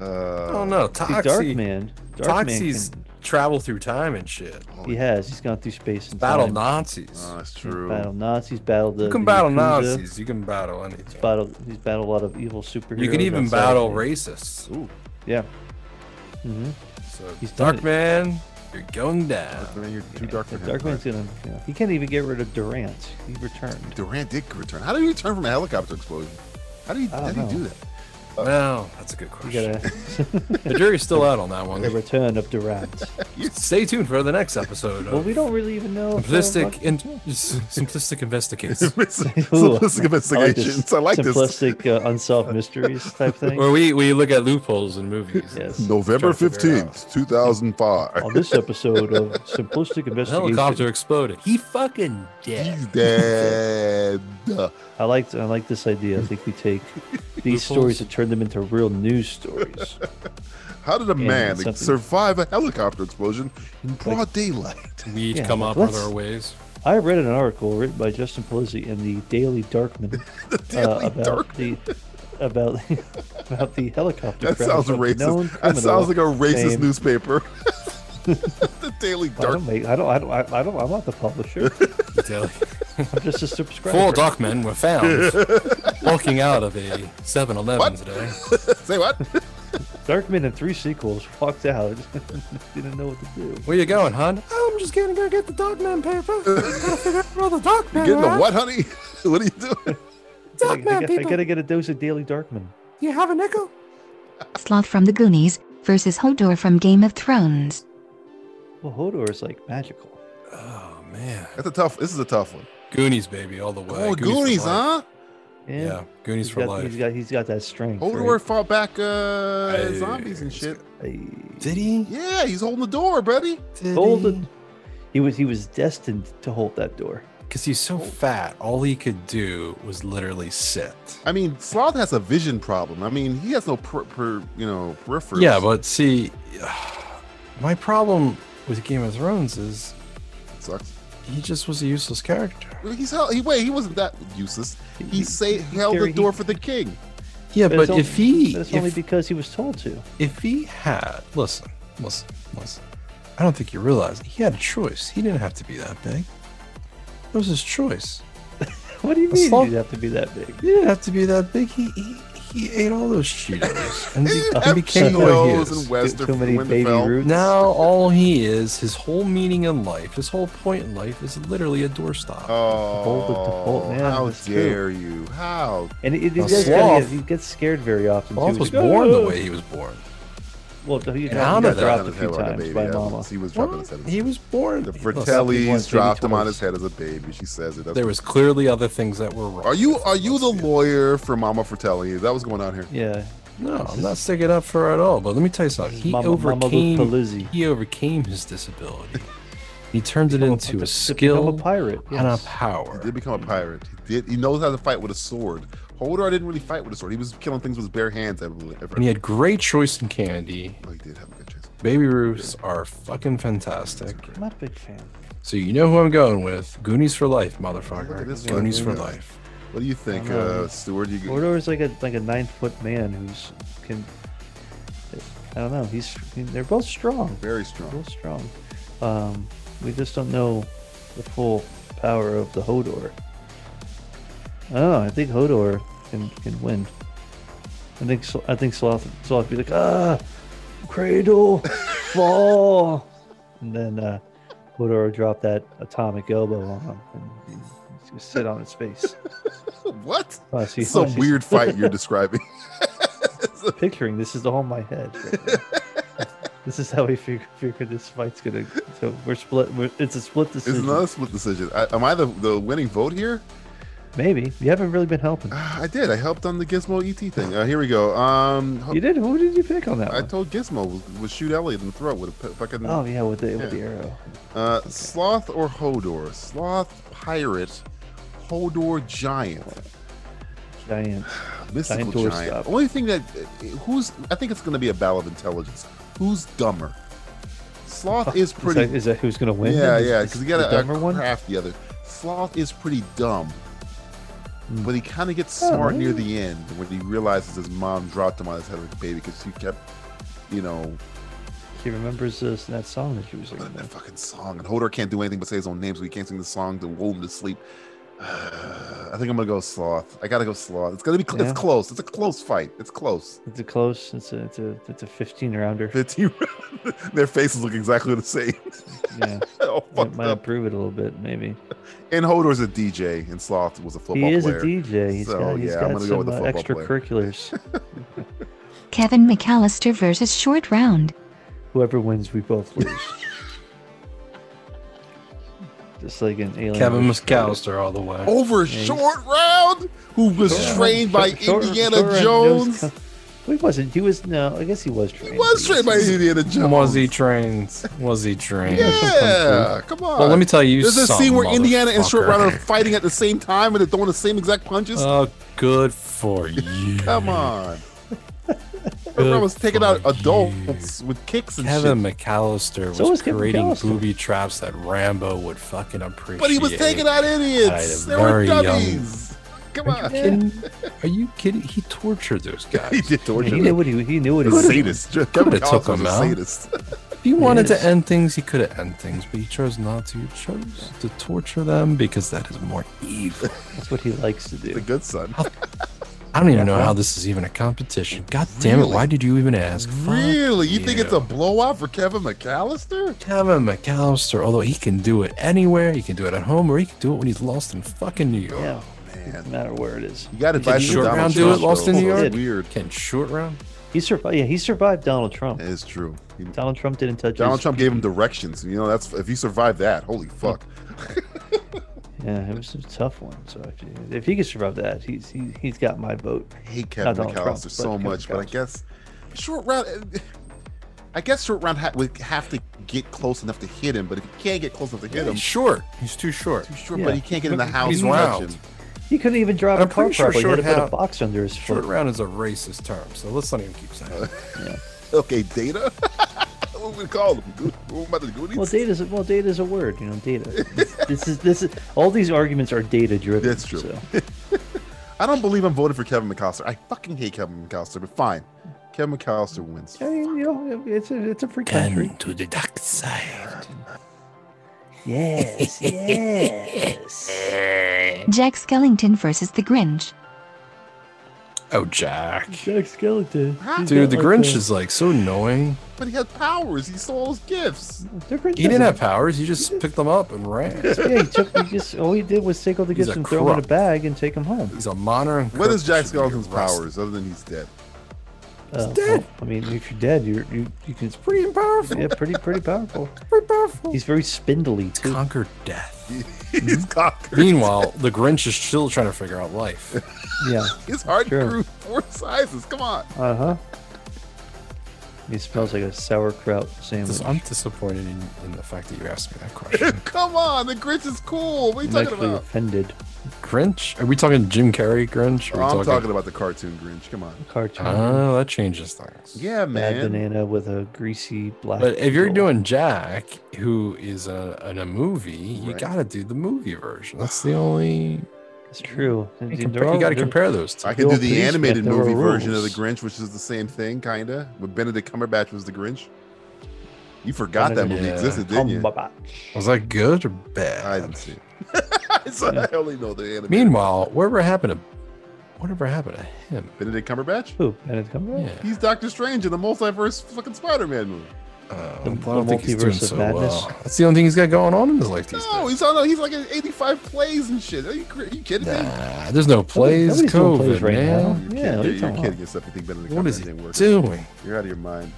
Uh, I don't know. See, Toxie, Darkman. Darkman Toxie's travel through time and shit. He has. He's gone through space and Battle time. Nazis. Oh, that's He's Battled Nazis. Battled the. you can the battle Yakuza, Nazis. You can battle anything. Battled. He's battled a lot of evil superheroes. You can even outside of battle it. racists. Ooh. Yeah. Mm-hmm. So He's done Dark it. Man, you're going down. Man, you're too dark for him. Darkman's gonna. Yeah. He can't even get rid of Durant. He returned. Durant did return. How did he return from a helicopter explosion? How did he, how don't did he know. do that? Well, that's a good You question. Oh, gotta. the jury's still out on that one. the return of Durant. Stay tuned for the next episode. well, of we don't really even know. if, uh, Simplistic, Buck- in, s- simplistic investigates. Ooh, Simplistic investigations. I like this. Simplistic uh, unsolved mysteries type thing. Where we, we look at loopholes in movies. Yes. November Trying to figure it out. 15th, 2005. On this episode of Simplistic The helicopter Investigation. exploded. He fucking dead. He's dead. I like I like this idea. I think we take these stories and turn them into real news stories. How did a Yeah, man something. survive a helicopter explosion in broad daylight? We each Yeah, come like, up with let's- our ways. I read an article written by Justin Polizzi in the Daily Darkman uh, Daily about the about about the helicopter That crash sounds of known racist. That criminal sounds like a racist named newspaper. the Daily I Dark. don't make. I don't. I don't. I I don't. I'm not the publisher. I'm just a subscriber. Four dark men were found walking out of a 7 Eleven today. Say what? Darkman and three sequels walked out. Didn't know what to do. Where you going, hon? Oh, I'm just gonna go get the Dogman paper. Gotta figure out where the Dogman Getting the are. what, honey? what are you doing? I Dogman gotta, I people. gotta get a dose of Daily Darkman. You have a nickel? Sloth from The Goonies versus Hodor from Game of Thrones. Well, Hodor is like magical. Oh man, that's a tough. This is a tough one. Goonies, baby, all the way. Oh, for Goonies, huh? life. Yeah, Goonies He's for got- life. He's got. He's got that strength. Hodor right? fought back uh, Hey. zombies and shit. Did he? Yeah, he's holding the door, buddy. Golden. He was. He was destined to hold that door. Because he's so fat, all he could do was literally sit. I mean, Sloth has a vision problem. I mean, he has no per, per you know peripherals. Yeah, but see, my problem with Game of Thrones is it sucks. He just was a useless character. Well, he's held, he wait. He wasn't that useless. He say held the Gary, he- door for the king. Yeah, it's but only- if he- but it's only if- because he was told to. If he had, listen, listen, listen. I don't think you realize he had a choice. He didn't have to be that big. That was his choice. what do you mean? He'd have to be that big. He didn't have to be that big. He he, he ate all those Cheetos and, he, didn't Eh, and have became who he Cheetos is. and Wester- Too- too many baby Winterfell. roots. Now all he is, his whole meaning in life, his whole point in life, is literally a doorstop. Oh, yeah, how that's true. dare you? How? And it, it, Now, does Sloth- kinda- he gets scared very often. Sloth too. was He's like, born the "Oh." way he was born. Well, he got, And I'm he got not that dropped a kind few of times baby by ever Mama. since he was dropping his head. He was born. The Look, Fratellis once, maybe dropped him on twice. his head as a baby. She says it. That's There was clearly other things that were wrong. Are you are you the lawyer for Mama Fratelli? That was going on here. Yeah. No, I'm not sticking up for her at all. But let me tell you something. He Mama- Mama overcame. Lupaluzzi. he overcame his disability. He turned it into a to become skill a pirate, and a yes. power. He did become a pirate. He did. He knows how to fight with a sword. Hodor didn't really fight with a sword. He was killing things with his bare hands. I believe. And he had great choice in candy. he did have a good choice. Baby Ruths are fucking fantastic. I'm not a big fan. So you know who I'm going with. Goonies for life, motherfucker. one. Goonies for Yeah. life. What do you think, I don't know. uh, Stuart? You Mordor is like a like a nine foot man who's can. I don't know. He's they're both strong. Very strong. Both strong. Um, we just don't know the full power of the Hodor. I don't know. I think Hodor can can win. I think Sl- I think Sloth Sloth be like ah, cradle, fall, and then uh, Hodor will drop that atomic elbow on him and, and just sit on his face. what? Oh, see, Some oh, see. weird fight you're describing. Picturing this is all in my head. right now. this is how we figure, figure this fight's gonna. So we're split. We're, it's a split It's decision. another split decision. I, am I the, the winning vote here? Maybe you haven't really been helping. I did. I helped on the Gizmo ET thing. Uh, here we go. Um, You did. Who did you pick on that I one? told Gizmo would, would shoot Elliot in the throat with a p- fucking. Oh yeah, with the with the Yeah. arrow. Uh, Sloth or Hodor? Sloth pirate, Hodor giant. Giant. Mystical Giant giant. doorstop. Only thing that who's I think it's going to be a battle of intelligence. Who's dumber? Sloth is pretty. Is that, is that who's gonna win? Yeah, Is- yeah, is because he the got to dumber one? uh, craft the other. Sloth is pretty dumb, Hmm. but he kind of Oh, gets smart near the end when he realizes his mom dropped him on his head like a baby because she kept, you know, He remembers this that song that she was singing. that fucking song. And Hodor can't do anything but say his own name, so he can't sing the song to lull him to sleep. I think I'm gonna go Sloth. I gotta go Sloth. It's gonna be. Cl- Yeah. It's close. It's a close fight. It's close. It's a close. It's a it's a it's a fifteen rounder. Fifteen. Their faces look exactly the same. Yeah. oh, it might improve it a little bit, maybe. And Hodor's a DJ, and Sloth was a football He is player. a DJ. He's so got, he's yeah, got I'm gonna some go with the uh, football player. extracurriculars. Kevin McAllister versus Short Round. Whoever wins, we both lose. Just like an alien. Kevin versus predator. McAllister all the way. Over Yeah, he's- short round, who was Short- trained Short- by Short- Indiana Short Round knows Jones. co- Well, he wasn't. He was no. I guess he was trained. was trained by Indiana Jones. Was he trained? Was he trained? Yeah, come on. Well, let me tell you There's a something, scene where Indiana and Short motherfucker. Round are fighting at the same time and they're throwing the same exact punches. Oh, good for you. come on. Short Good Round was taking out adults with kicks and Kevin shit. McAllister So was was Kevin creating McAllister. booby traps that Rambo would fucking appreciate. But he was taking out idiots. at a They were very young- dummies. Come Are you on. kidding? Are you kidding? He tortured those guys. He did torture He them. knew what he. He knew what he He's a was. sadist. Could Kevin have took McAllister was him a out. sadist. If he wanted Yes. to end things, he could have ended things, but he chose not to. He chose to torture them because that is more evil. That's what he likes to do. The good son. I don't even know how this is even a competition. God damn it! Really? Why did you even ask? Fuck Really? You think it's you. a blowout for Kevin McAllister? Kevin McAllister? Although he can do it anywhere, he can do it at home, or he can do it when he's lost in fucking New York. Yeah, man. No matter where it is. You gotta Can buy some short Donald round do Trump, it, Lost bro. in New York? Weird. Can short round? He survived. Yeah, he survived Donald Trump. It is true. Donald Trump didn't touch. Donald his- Trump gave him directions. You know, that's if you survive that, holy fuck. Yeah, it was a tough one. So if- if he could survive that, he's he, he's got my vote. I hate Kevin McAllister so much, but I guess short round. I guess short round ha- would have to get close enough to hit him, but if he can't get close enough to hit Yeah, him, he's short. He's too short. Too short, but he can't get in the house. He's and touch round. him. He couldn't even drive I'm a car pretty sure properly. he had to short put a round- box under his Short foot. round is a racist term, so let's not even keep saying. it. Okay, data. what we call him? Go- What about the Goonies? Well, data's a, well, data's a word, you know, data. This, this is this is all these arguments are data driven. That's true. I don't believe I'm voting for Kevin McAllister. I fucking hate Kevin McAllister, but fine. Kevin McAllister wins. I mean, you know, it's a it's a free country. to the dark side. Yes, yes. Jack Skellington versus the Grinch. Oh, Jack. Jack Skellington. Huh? Dude, the Grinch is like so annoying. But he had powers. He stole all his gifts. He didn't have powers. He just picked them up and ran. yeah, he took. He just all he did was take all the He's gifts a and throw them in a crook. bag and take them home. He's a modern. What is Jack should be Skellington's arrested. powers other than he's dead? Uh, well, I mean, if you're dead, you're you, you can. Pretty powerful. Yeah, pretty pretty powerful. Pretty powerful. He's very spindly too. Conquered death. Mm-hmm. he's conquered. Meanwhile, the Grinch is still trying to figure out life. Yeah. His heart Sure. grew four sizes. Come on. Uh huh. He smells like a sauerkraut sandwich. I'm disappointed in, in the fact that you asked me that question. Come on. The Grinch is cool. What are you I'm talking actually about? offended. Grinch? Are we talking Jim Carrey Grinch? Are we Oh, I'm talking about the cartoon Grinch. Come on. Cartoon. Oh, that changes things. Yeah, Bad man. banana with a greasy black. But if you're doing doing Jack, who is a, in a movie, you gotta do the movie version. That's the only. It's true. You, compare- you gotta compare those two. I can do the Bill animated Priest, there were movie version of the rules. Grinch, which is the same thing, kinda. But Benedict Cumberbatch was the Grinch. You forgot that Benedict movie Yeah. existed, didn't you? Was that good or bad? I didn't see it. so I only know the animated. Meanwhile, whatever happened to whatever happened to him? Benedict Cumberbatch? Who? Benedict Cumberbatch? Yeah. He's Doctor Strange in the multiverse fucking Spider-Man movie. Uh, The- I don't the think he's doing multiverse of so madness. well. That's the only thing he's got going on in his life. These No, he's on. He's like in 85 plays and shit. Are you, cr- you kidding me? Nah, there's no plays. nobody's doing COVID, plays right man. now. You're Yeah, kidding- what are you you're, talking kidding about? yourself. You think Benedict What is Cumberbatch he didn't work? doing? You're out of your mind.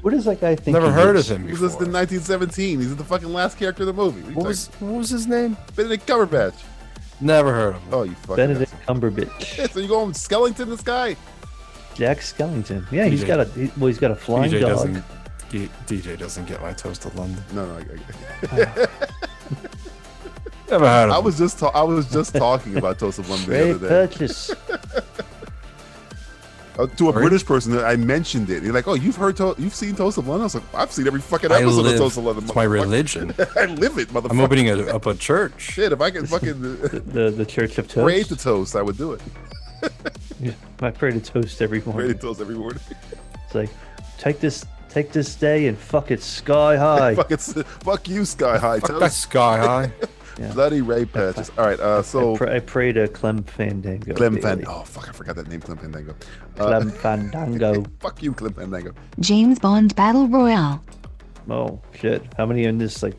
What does that guy think? Never he heard is? of him He was before. in 1917. He's the fucking last character of the movie. What, What was what was his name? Benedict Cumberbatch. Never heard of him. Oh, you fucking. Benedict Cumberbatch, asshole. So you going Skellington this guy? Jack Skellington. Yeah, he's PJ. got a he, well, he's got a flying DJ dog. doesn't. D- DJ doesn't get my toast to London. No, no. I, I, Never heard of I him. was just ta- I was just talking about Toast of London the Great other day. purchase. Uh, to a Sorry? British person, I mentioned it. You're like, "Oh, you've heard, to- you've seen Toast of London." I was like, "I've seen every fucking I episode of live. Toast of London." It's my motherfucker." religion. I live it, motherfucker. I'm opening a, up a church. shit. If I could fucking the the Church of pray Toast. to toast, I would do it. Yeah, I pray to toast every Pray to morning. toast every morning. It's like take this take this day and fuck it sky high. fuck it's, fuck you, Sky High. Fuck that toast. sky high. Yeah. Bloody Ray Patches. All right, uh, I, so pray, I pray to Clem Fandango. Clem daily. Fan. Oh fuck, I forgot that name, Clem Fandango. Uh, Clem Fandango. fuck you, Clem Fandango. James Bond Battle Royale. Oh shit! How many in this? Like,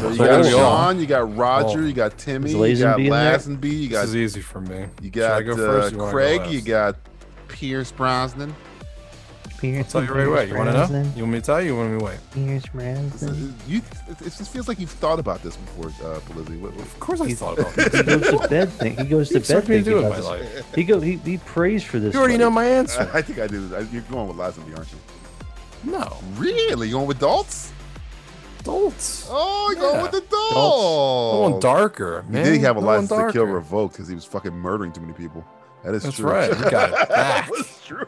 So you So got we all- Sean, you got Roger, Oh. you got Timmy, Is you got Lazenby in there? Lazenby, you This got is easy for me. you Should I got go uh, first or you wanna go Craig, last? you got Pierce Brosnan. Pierce Tell you right away. You want to know? You want me to tell you? You want me to wait? Pierce This is- You, it, it just feels like you've thought about this before, uh, Pelizzi. What, what, Of course, I thought about He this. goes to bed. Think he goes to You bed expect me to thinking do it in about my this. life. He go. He, he prays for this. You already fight. know my answer. I, I think I do. I, you're going with Lazenby, aren't you? No, Really? You going with adults? adults. Oh, you're going Yeah. with adults. No one darker, He man. did have a No one license to kill darker. revoked because he was fucking murdering too many people. That is That's true. right. He got it back. That's true.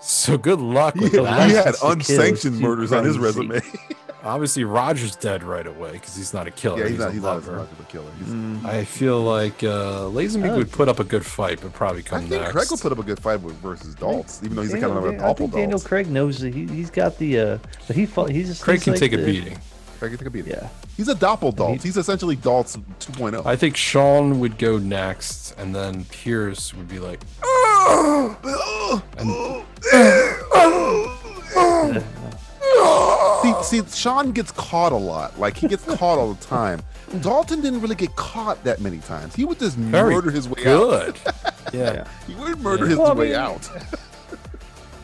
So good luck He, with he had that. License to kill is unsanctioned too murders on his crazy. resume. Obviously, Roger's dead right away because he's not a killer. Yeah, he's not- a he's not as lover. Mm. much of a killer. He's- I feel like uh, Lazenby Oh. would put up a good fight, but probably I come think next. Craig will put up a good fight with versus Daltz, even though he's Daniel, kind of an I awful think Daniel Daltz. Craig knows that he, he's got the. uh But he fought. He's Craig he's can like take a the- beating. Craig can take a beating. Yeah. He's a doppeldolt. He's essentially Daltz oh. 2.0. I think Sean would go next, and then Pierce would be like, see, see, Sean gets caught a lot. Like he gets caught all the time. Dalton didn't really get caught that many times. He would just Very murder his way good. out. Yeah. he would murder Yeah. his Well, I way mean- out.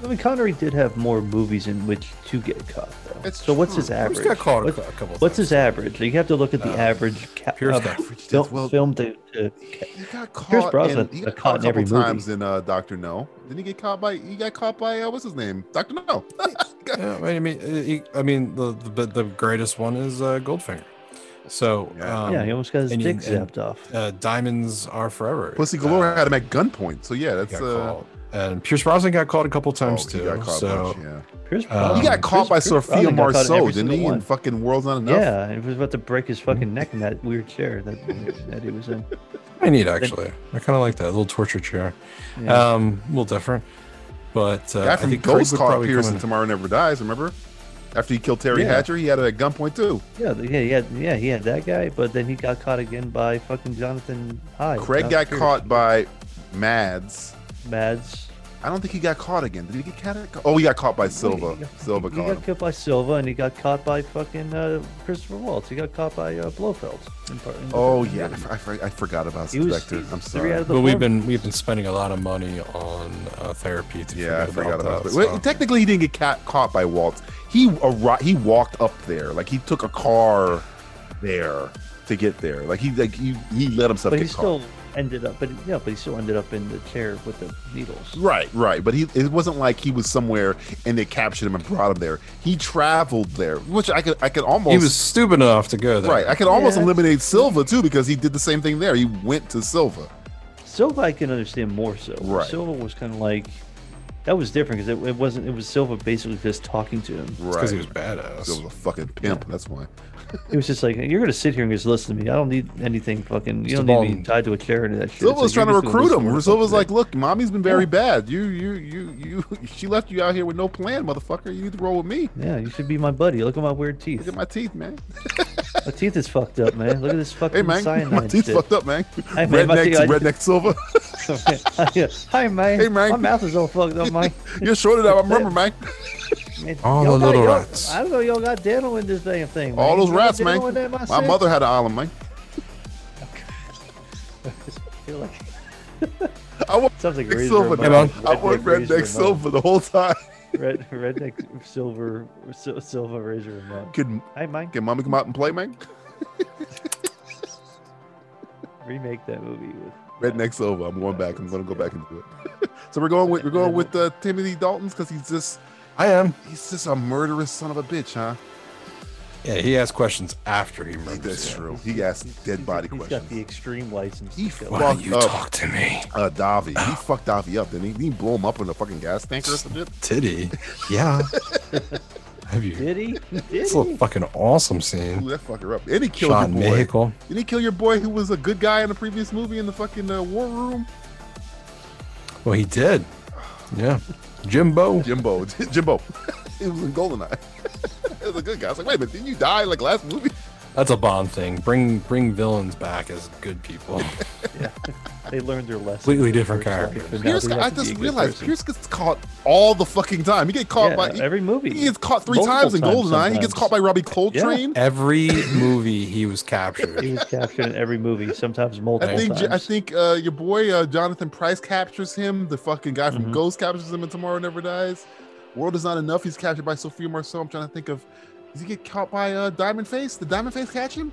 I mean, Connery did have more movies in which to get caught, though. so what's his true. Pierce average? got caught a What- cou- a couple What's his average? Like, you have to look at the average ca- Pierce uh, got- Average, fil- that's well- film to, to He got caught. Pierce Brosnan in, he got got caught caught in a couple every movie. times in uh, Doctor No. Didn't he get caught by? He got caught by uh, what's his name? Doctor No. Yeah, I mean, uh, he- I mean, the the, the greatest one is uh, Goldfinger. So um, Yeah, he almost got his and- dick and, zapped off. Uh, diamonds are forever. Uh, Pussy Galore had him at gunpoint. So yeah, that's got uh, Oh, caught. and Pierce Brosnan got caught a couple times he too. got caught a so bunch, yeah. um, Pierce he got caught by Sophia Brosnan got caught in Marceau, every didn't single he? one. And fucking world's not enough. Yeah, and he was about to break his fucking neck in that weird chair that, that he was in. I need actually. I kind of like that little torture chair. Yeah. Um, a little different, but uh, Guy I from think Craig Ghost would caught probably Pierce and come in- Tomorrow Never Dies. Remember? After he killed Terry Yeah. Hatcher, he had it at gunpoint too. Yeah, the- yeah, yeah, yeah. He had that guy, but then he got caught again by fucking Jonathan Hyde. Craig not got Pierce. caught by Mads. Mads. I don't think he got caught again. Did he get caught? Oh, he got caught by Silva. Silva He caught him. got caught by Silva, and he got caught by fucking uh, Christopher Waltz. He got caught by uh, Blofeld. In part, in Oh the- yeah, I, for- I for- I forgot about He was- Spectre. he's I'm three sorry. out of the But we've four. been we've been spending a lot of money on uh, therapy to Yeah, I forget forgot about that, Spectre. Well, so- technically, he didn't get ca- caught by Waltz. He arri- he walked up there, like he took a car there to get there. Like he like he, he let himself But get he caught. still ended up, but yeah, but he still ended up in the chair with the needles. Right, right. But he it wasn't like he was somewhere and they captured him and brought him there. He traveled there, which I could I could almost he was stupid enough to go there. right. I could almost eliminate Silva too because he did the same thing there. He went to Silva. Silva, I can understand more so. Right. Silva was kind of like that was different because it, it wasn't. It was Silva basically just talking to him. Right. he was badass. Silva's a fucking pimp. That's why. It was just like you're gonna sit here and just listen to me. I don't need anything fucking. You Just don't need about- me tied to a chair and that shit. Silva's It's like, trying to you're just gonna recruit listen him. to Silva's what like, look, mommy's been very Yeah. bad. You, you, you, you. She left you out here with no plan, motherfucker. You need to roll with me. I'm saying. yeah, you should be my buddy. Look at my weird Look teeth. at my teeth, man. My teeth is fucked up, man. Look at this fucking Hey, man, cyanide my teeth shit. fucked up, man. Hey, man, my redneck, teeth- I- redneck Silva. Hi, man. Hey, man. My mouth is all fucked up, man. You're shorted out. I remember, man. Man, All y'all the got- little y'all- rats. I don't know. Y'all got dental in this damn thing. All man. those Y'all got rats, man. dental in that My shit? mother had an island, man. You're like- I want Sounds like redneck razor silver. remote. now. I Redneck want razor redneck remote. silver the whole time. Red, redneck silver, sil- silver razor remote. Can, Hi, Mike. Can mommy come out and play, man? Remake that movie with Redneck Silva. I'm going back. I'm going to go back and do it. so we're going with we're going with uh, Timothy Dalton's because he's just. I am. He's just a murderous son of a bitch, huh? Yeah, he asked questions after he murders. That's him. true. He asked dead body He's questions. got the extreme license. He to kill. fucked up, to me? Uh, Davi. He fucked Davi up, didn't he? He blew him up in a fucking gas tank or some shit. Titty. Yeah. Have you? Did he? Did It's a he? fucking awesome Blew scene. that fucker up. And he killed Shot in your boy. vehicle. Didn't he kill your boy who was a good guy in the previous movie in the fucking uh, war room? Well, he did. Yeah. Jimbo. Jimbo. Jimbo. it was in Goldeneye. it was a good guy. I was like, wait a minute, didn't you die like last movie? That's a Bond thing. Bring bring villains back as good people. They learned their lesson. Completely the different first time, characters. but now Pierce, they have I to be a just good realized person. Pierce gets caught all the fucking time. He gets caught Yeah, by every movie. He gets caught three Multiple times in times Goldeneye. He gets sometimes. caught by Robbie Coltrane. Every movie he was captured. He was captured in every movie, sometimes I multiple think I times. think uh, your boy uh, Jonathan Price captures him. The fucking guy from Mm-hmm. Ghost captures him, and Tomorrow Never Dies. World is not enough. He's captured by Sophia Marceau. I'm trying to think of. Does he get caught by uh, Diamond Face? The Diamond Face catch him?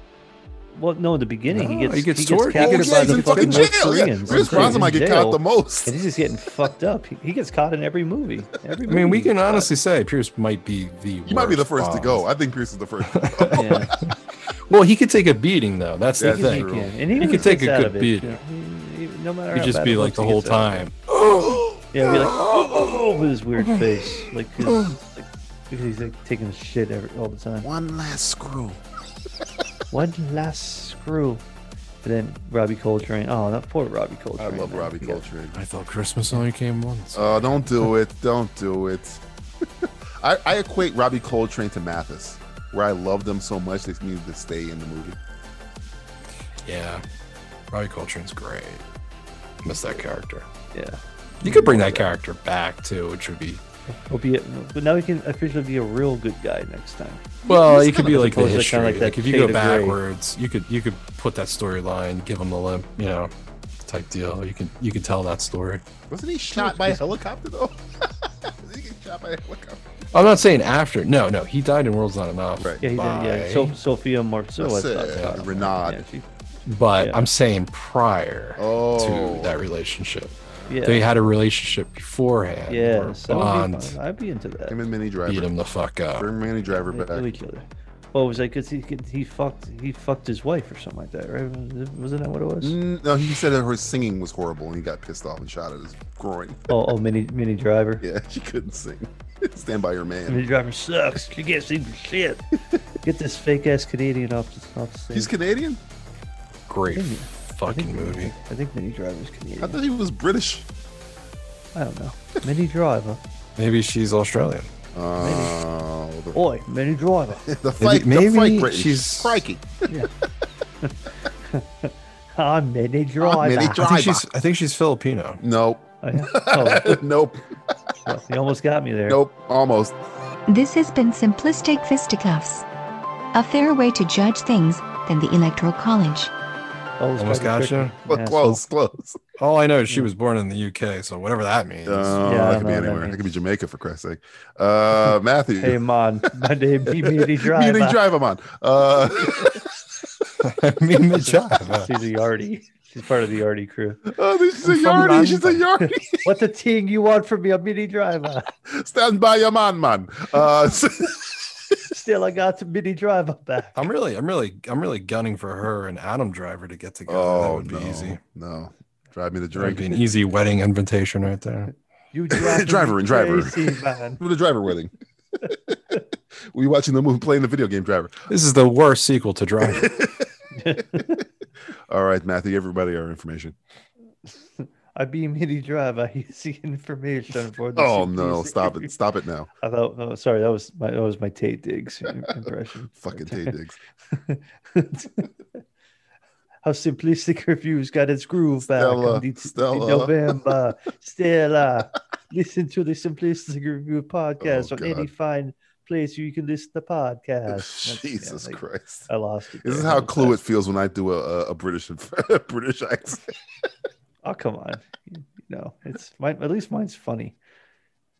Well, no, in the beginning he No, gets he gets captured tortured. Oh, yeah, by he's the in fucking fucking North jail, yeah. Koreans. Pierce He's in Brosnan might get jail, caught the most. and he's just getting fucked up. He, he gets caught in every movie. Every I movie mean, we he's can caught. honestly say Pierce might be the. He might be the first to go. I think Pierce is the first. to go. Yeah. Well, he could take a beating though. That's, That's the thing. true. Yeah, and he, he really could take a gets out good of it. beating. He- he- no matter He'd how just bad be it looks, like the he whole gets out of it. time. Yeah, be like, oh, with his weird face, like his, like Because he's like taking a shit every, all the time. One last screw. One last screw. But then Robbie Coltrane. Oh, that poor Robbie Coltrane. I love man. Robbie He got- Coltrane. I thought Christmas only came once. Oh, don't do it. Don't do it. I, I equate Robbie Coltrane to Mathis, where I loved them so much they needed to stay in the movie. Yeah. Robbie Coltrane's great. Miss that character. Yeah. Mm, You could bring that character back too, which would be He'll be. A, but now he can officially be a real good guy next time. well. He's You could kinda be like the opposed to history. kinda Like, that if you shade go of gray. backwards, you could you could put that storyline, give him the limp, you know, type deal. You could you could tell that story. Wasn't he shot by a helicopter though? Did he get shot by a helicopter? I'm not saying after. No, no, he died in World's Not Enough. Right. Yeah, he did. Yeah, so, Sophia Marceau. I thought, thought about. Yeah, she- but I'm saying prior Oh. to that relationship. Yeah. They had a relationship beforehand. Yeah, where so that'd be Bond fun. I'd be into that. Him and Mini Driver. beat him the fuck up. Bring Mini Driver They back. knew each other. Well, it was like 'cause he could- he fucked he fucked his wife or something like that, right? Was- Wasn't that what it was? Mm, No, he said that her singing was horrible, and he got pissed off and shot at his groin. Oh, oh, mini mini driver. Yeah, she couldn't sing. Stand by your man. Mini driver sucks. She can't sing for shit. Get this fake ass Canadian off the off the stage. He's Canadian. Great I think- fucking movie. I think Mini Driver's Canadian. I thought he was British. I don't know. Mini Driver. Maybe she's Australian. Oh, Oi, Mini Driver. the fight. Maybe- the fight maybe British. she's- crikey. I'm Mini Driver. Oh, Mini I think she's I think she's Filipino. Nope. nope. you almost got me there. Nope. Almost. This has been Simplistic Fisticuffs. A fairer way to judge things than the Electoral College. Almost got got you. Well, close, close. All I know is she was born in the UK, so whatever that means. Oh, Yeah, I that could be don't know what that anywhere. That could be Jamaica for Christ's sake. Uh, Matthew. Hey man, my name be Mini Driver. Mini Driver, man. Uh, Mini Driver. She's a yardie. She's part of the yardie crew. oh, she's a I'm from yardie. She's a London. yardie. What the ting you want from me? A Mini Driver. Stand by your man, man. Uh, Still, I got the Mini Driver back. I'm really, I'm really, I'm really gunning for her and Adam Driver to get together. that oh, would be no, easy. No. Drive me to That would drink. be an easy wedding invitation right there. You drive driver and driver. Crazy, man. For the driver wedding. we watching the movie, playing the video game driver. This is the worst sequel to Driver. All right, Matthew, everybody our information. I be Mini Driver. Here's the information for the Oh no, CPC. stop it. Stop it now. I thought, oh, sorry, that was my that was my Tate Diggs im- impression. Fucking Tate Diggs. How simplistic reviews got its groove back Stella, in, the- in Stella. November. Stella, listen to the simplistic review podcast on any Oh, God. fine place you can listen to podcasts. Jesus Christ. I lost it. This is there. how clue it feels when I do a, a, a British a British accent. Oh come on, you know it's mine. At least mine's funny.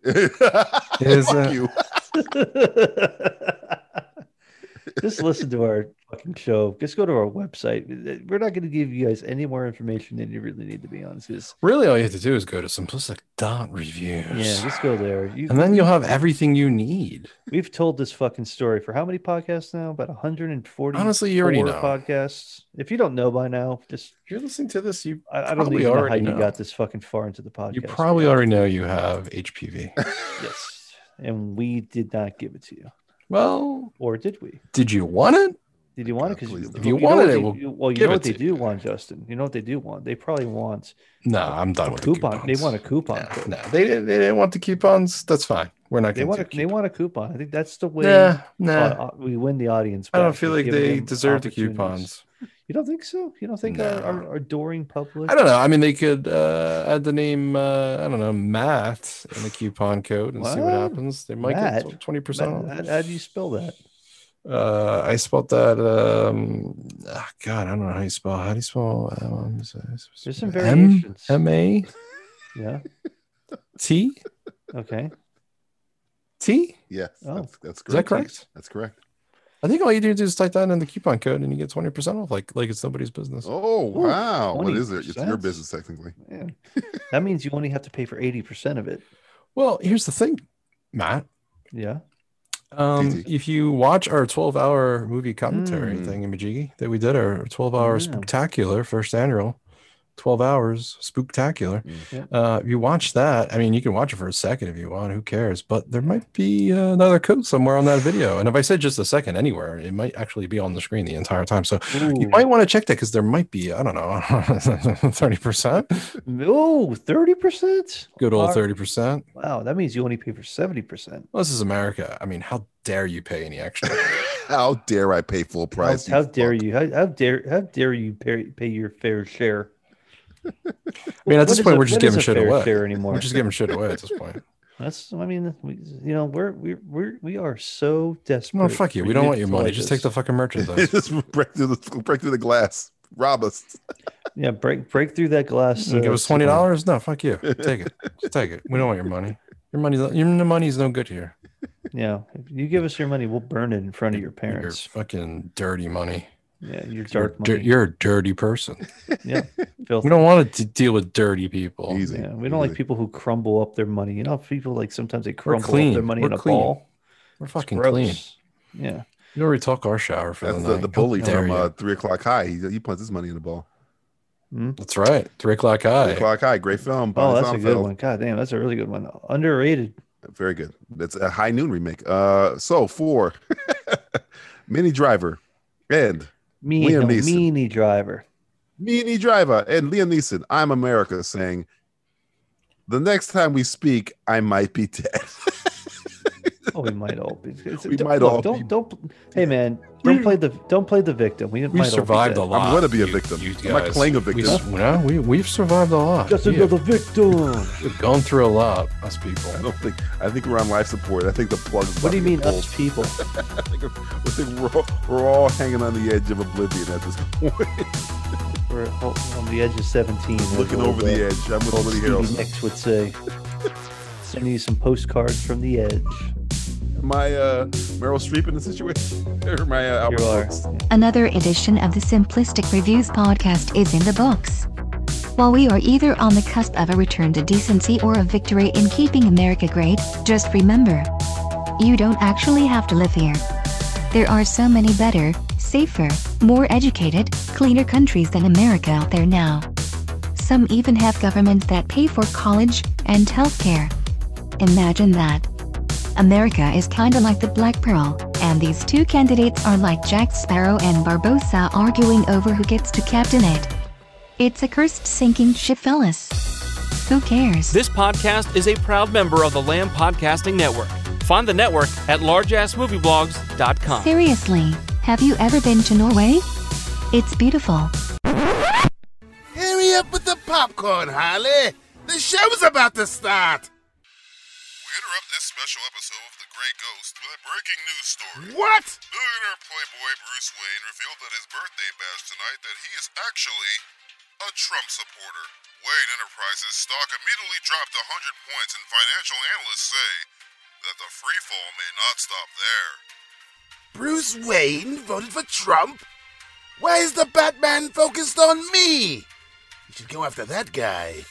Is Fuck it- you. Just listen to our fucking show. Just go to our website. We're not going to give you guys any more information than you really need to be honest. Just, Really, all you have to do is go to simplistic dot reviews, yeah, just go there. You, and then you'll have everything you need. we've told this fucking story for how many podcasts now? About 140. Honestly, you already know. podcasts. If you don't know by now, just you're listening to this. You, I, I don't probably even know how already you know. got this fucking far into the podcast. You probably already know you have HPV. yes, and we did not give it to you, Well, or did we? did you want it? Did you want it? Because If you wanted it, we'll well, you give know it what they to do want, Justin. You know what they do want? They probably want No, I'm done with coupon. the They coupons. want a coupon. code. No, they didn't, they didn't want the coupons. That's fine. We're not They going want a, to. they want a coupon. I think that's the way Nah, nah. uh, uh, we win the audience. I don't back, feel is like giving they them deserve the opportunities. coupons. You don't think so? You don't think our, our, our adoring public? I don't know. I mean, they could uh, add the name. Uh, I don't know, Matt, in the coupon code and see what What? happens. They might Matt? get twenty percent Matt, off. How, how do you spell that? Uh, I spelled that. Um, ah, God, I don't know how you spell. How do you spell? Um, There's some M variations. M A Yeah. T Okay. T. Yes, Oh. that's, that's correct. Is that correct? That's correct. I think all you do is type that in the coupon code and you get twenty percent off, like like it's nobody's business. Oh wow, what is it? It's your 20%? business technically. Man, that means you only have to pay for eighty percent of it. Well, here's the thing, Matt. Yeah. Um, if you watch our 12 hour Hmm. movie commentary thing in Majigi that we did, our 12 hour spectacular first annual, 12 hours, spooktacular. Hmm. Yeah. Uh, if you watch that, I mean, you can watch it for a second if you want, who cares? But there might be uh, another code somewhere on that video. And if I said just a second anywhere, it might actually be on the screen the entire time. So you might want to check that because there might be, I don't know, 30%. No, thirty percent. Good old Are- 30%. Wow, that means you only pay for seventy percent. Well, this is America. I mean, how dare you pay any extra? how dare I pay full How, price? how dare you? How, how dare how dare you pay, pay your fair share? I mean, at this point, we're just giving shit away. Share anymore? We're just giving shit away at this point. That's I mean, we, you know, we're we we're we are so desperate. Well, fuck you. for We don't want your to money. like Just this. take the fucking merchandise. Just break through the break through the glass. Rob us. yeah. Break break through that glass. You give uh, us twenty dollars? No, fuck you. Take it. Just take it. We don't want your money. Your money's your money's no good here. Yeah, if you give us your money, we'll burn it in front of your Your parents. fucking dirty money. Yeah, your dark you're, money. You're a dirty person. Yeah, we don't want to deal with dirty people. Yeah, Oh, we don't like people who crumble up their money. You know, people like sometimes they We're crumble up clean. their money We're in a clean. ball. We're It's fucking gross. clean. Yeah. You already took our shower for That's the the, night. the bully How dare from you. uh, three o'clock high. He, he punts his money in the ball. That's right. Three o'clock high. Three o'clock high. Great film. Oh, Brian that's a good Sommerfeld. one. God damn, that's a really good one. Underrated. Very good. That's a high noon remake. Uh, so for Mini Driver and Me, Liam no, Neeson. meanie driver. Mini Driver and Liam Neeson. I'm America saying, the next time we speak, I might be dead. Oh, we might all be. it's- We don't- might look, all don't don't. Hey man, don't play the don't play the victim. We, might all be survived dead. a lot. I'm gonna be a You- victim. you I'm not guys- playing a we- victim. no, we we've survived a lot. Just We have- another victim. We've gone through a lot, us people. I don't think. I think we're on life support. I think the plug. is What do you about to mean, get pulled. us people? I think I think we're, all, we're all hanging on the edge of oblivion at this point. We're on the edge of seventeen. Looking as old, over the uh, edge. I'm with old Woody Stevie Harrelson. Nicks would say. Sending you some postcards from the edge. My uh, Meryl Streep in the situation. Or my uh, Albert Brooks. Another edition of the Simplistic Reviews podcast is in the books. While we are either on the cusp of a return to decency or a victory in keeping America great, just remember you don't actually have to live here. There are so many better, safer, more educated, cleaner countries than America out there now. Some even have governments that pay for college and healthcare. Imagine that. America is kinda like the Black Pearl, and these two candidates are like Jack Sparrow and Barbosa arguing over who gets to captain it. It's a cursed sinking ship, fellas. Who cares? This podcast is a proud member of the Lamb Podcasting Network. Find the network at largeassmovieblogs.com. Seriously, have you ever been to Norway? It's beautiful. Hurry up with the popcorn, Harley. The show's about to start. We interrupt this special episode of The Grey Ghost with a breaking news story. What? Billionaire playboy Bruce Wayne revealed at his birthday bash tonight that he is actually a Trump supporter. Wayne Enterprises stock immediately dropped 100 points, and financial analysts say that the free fall may not stop there. Bruce Wayne voted for Trump? Why is the Batman focused on me? You should go after that guy.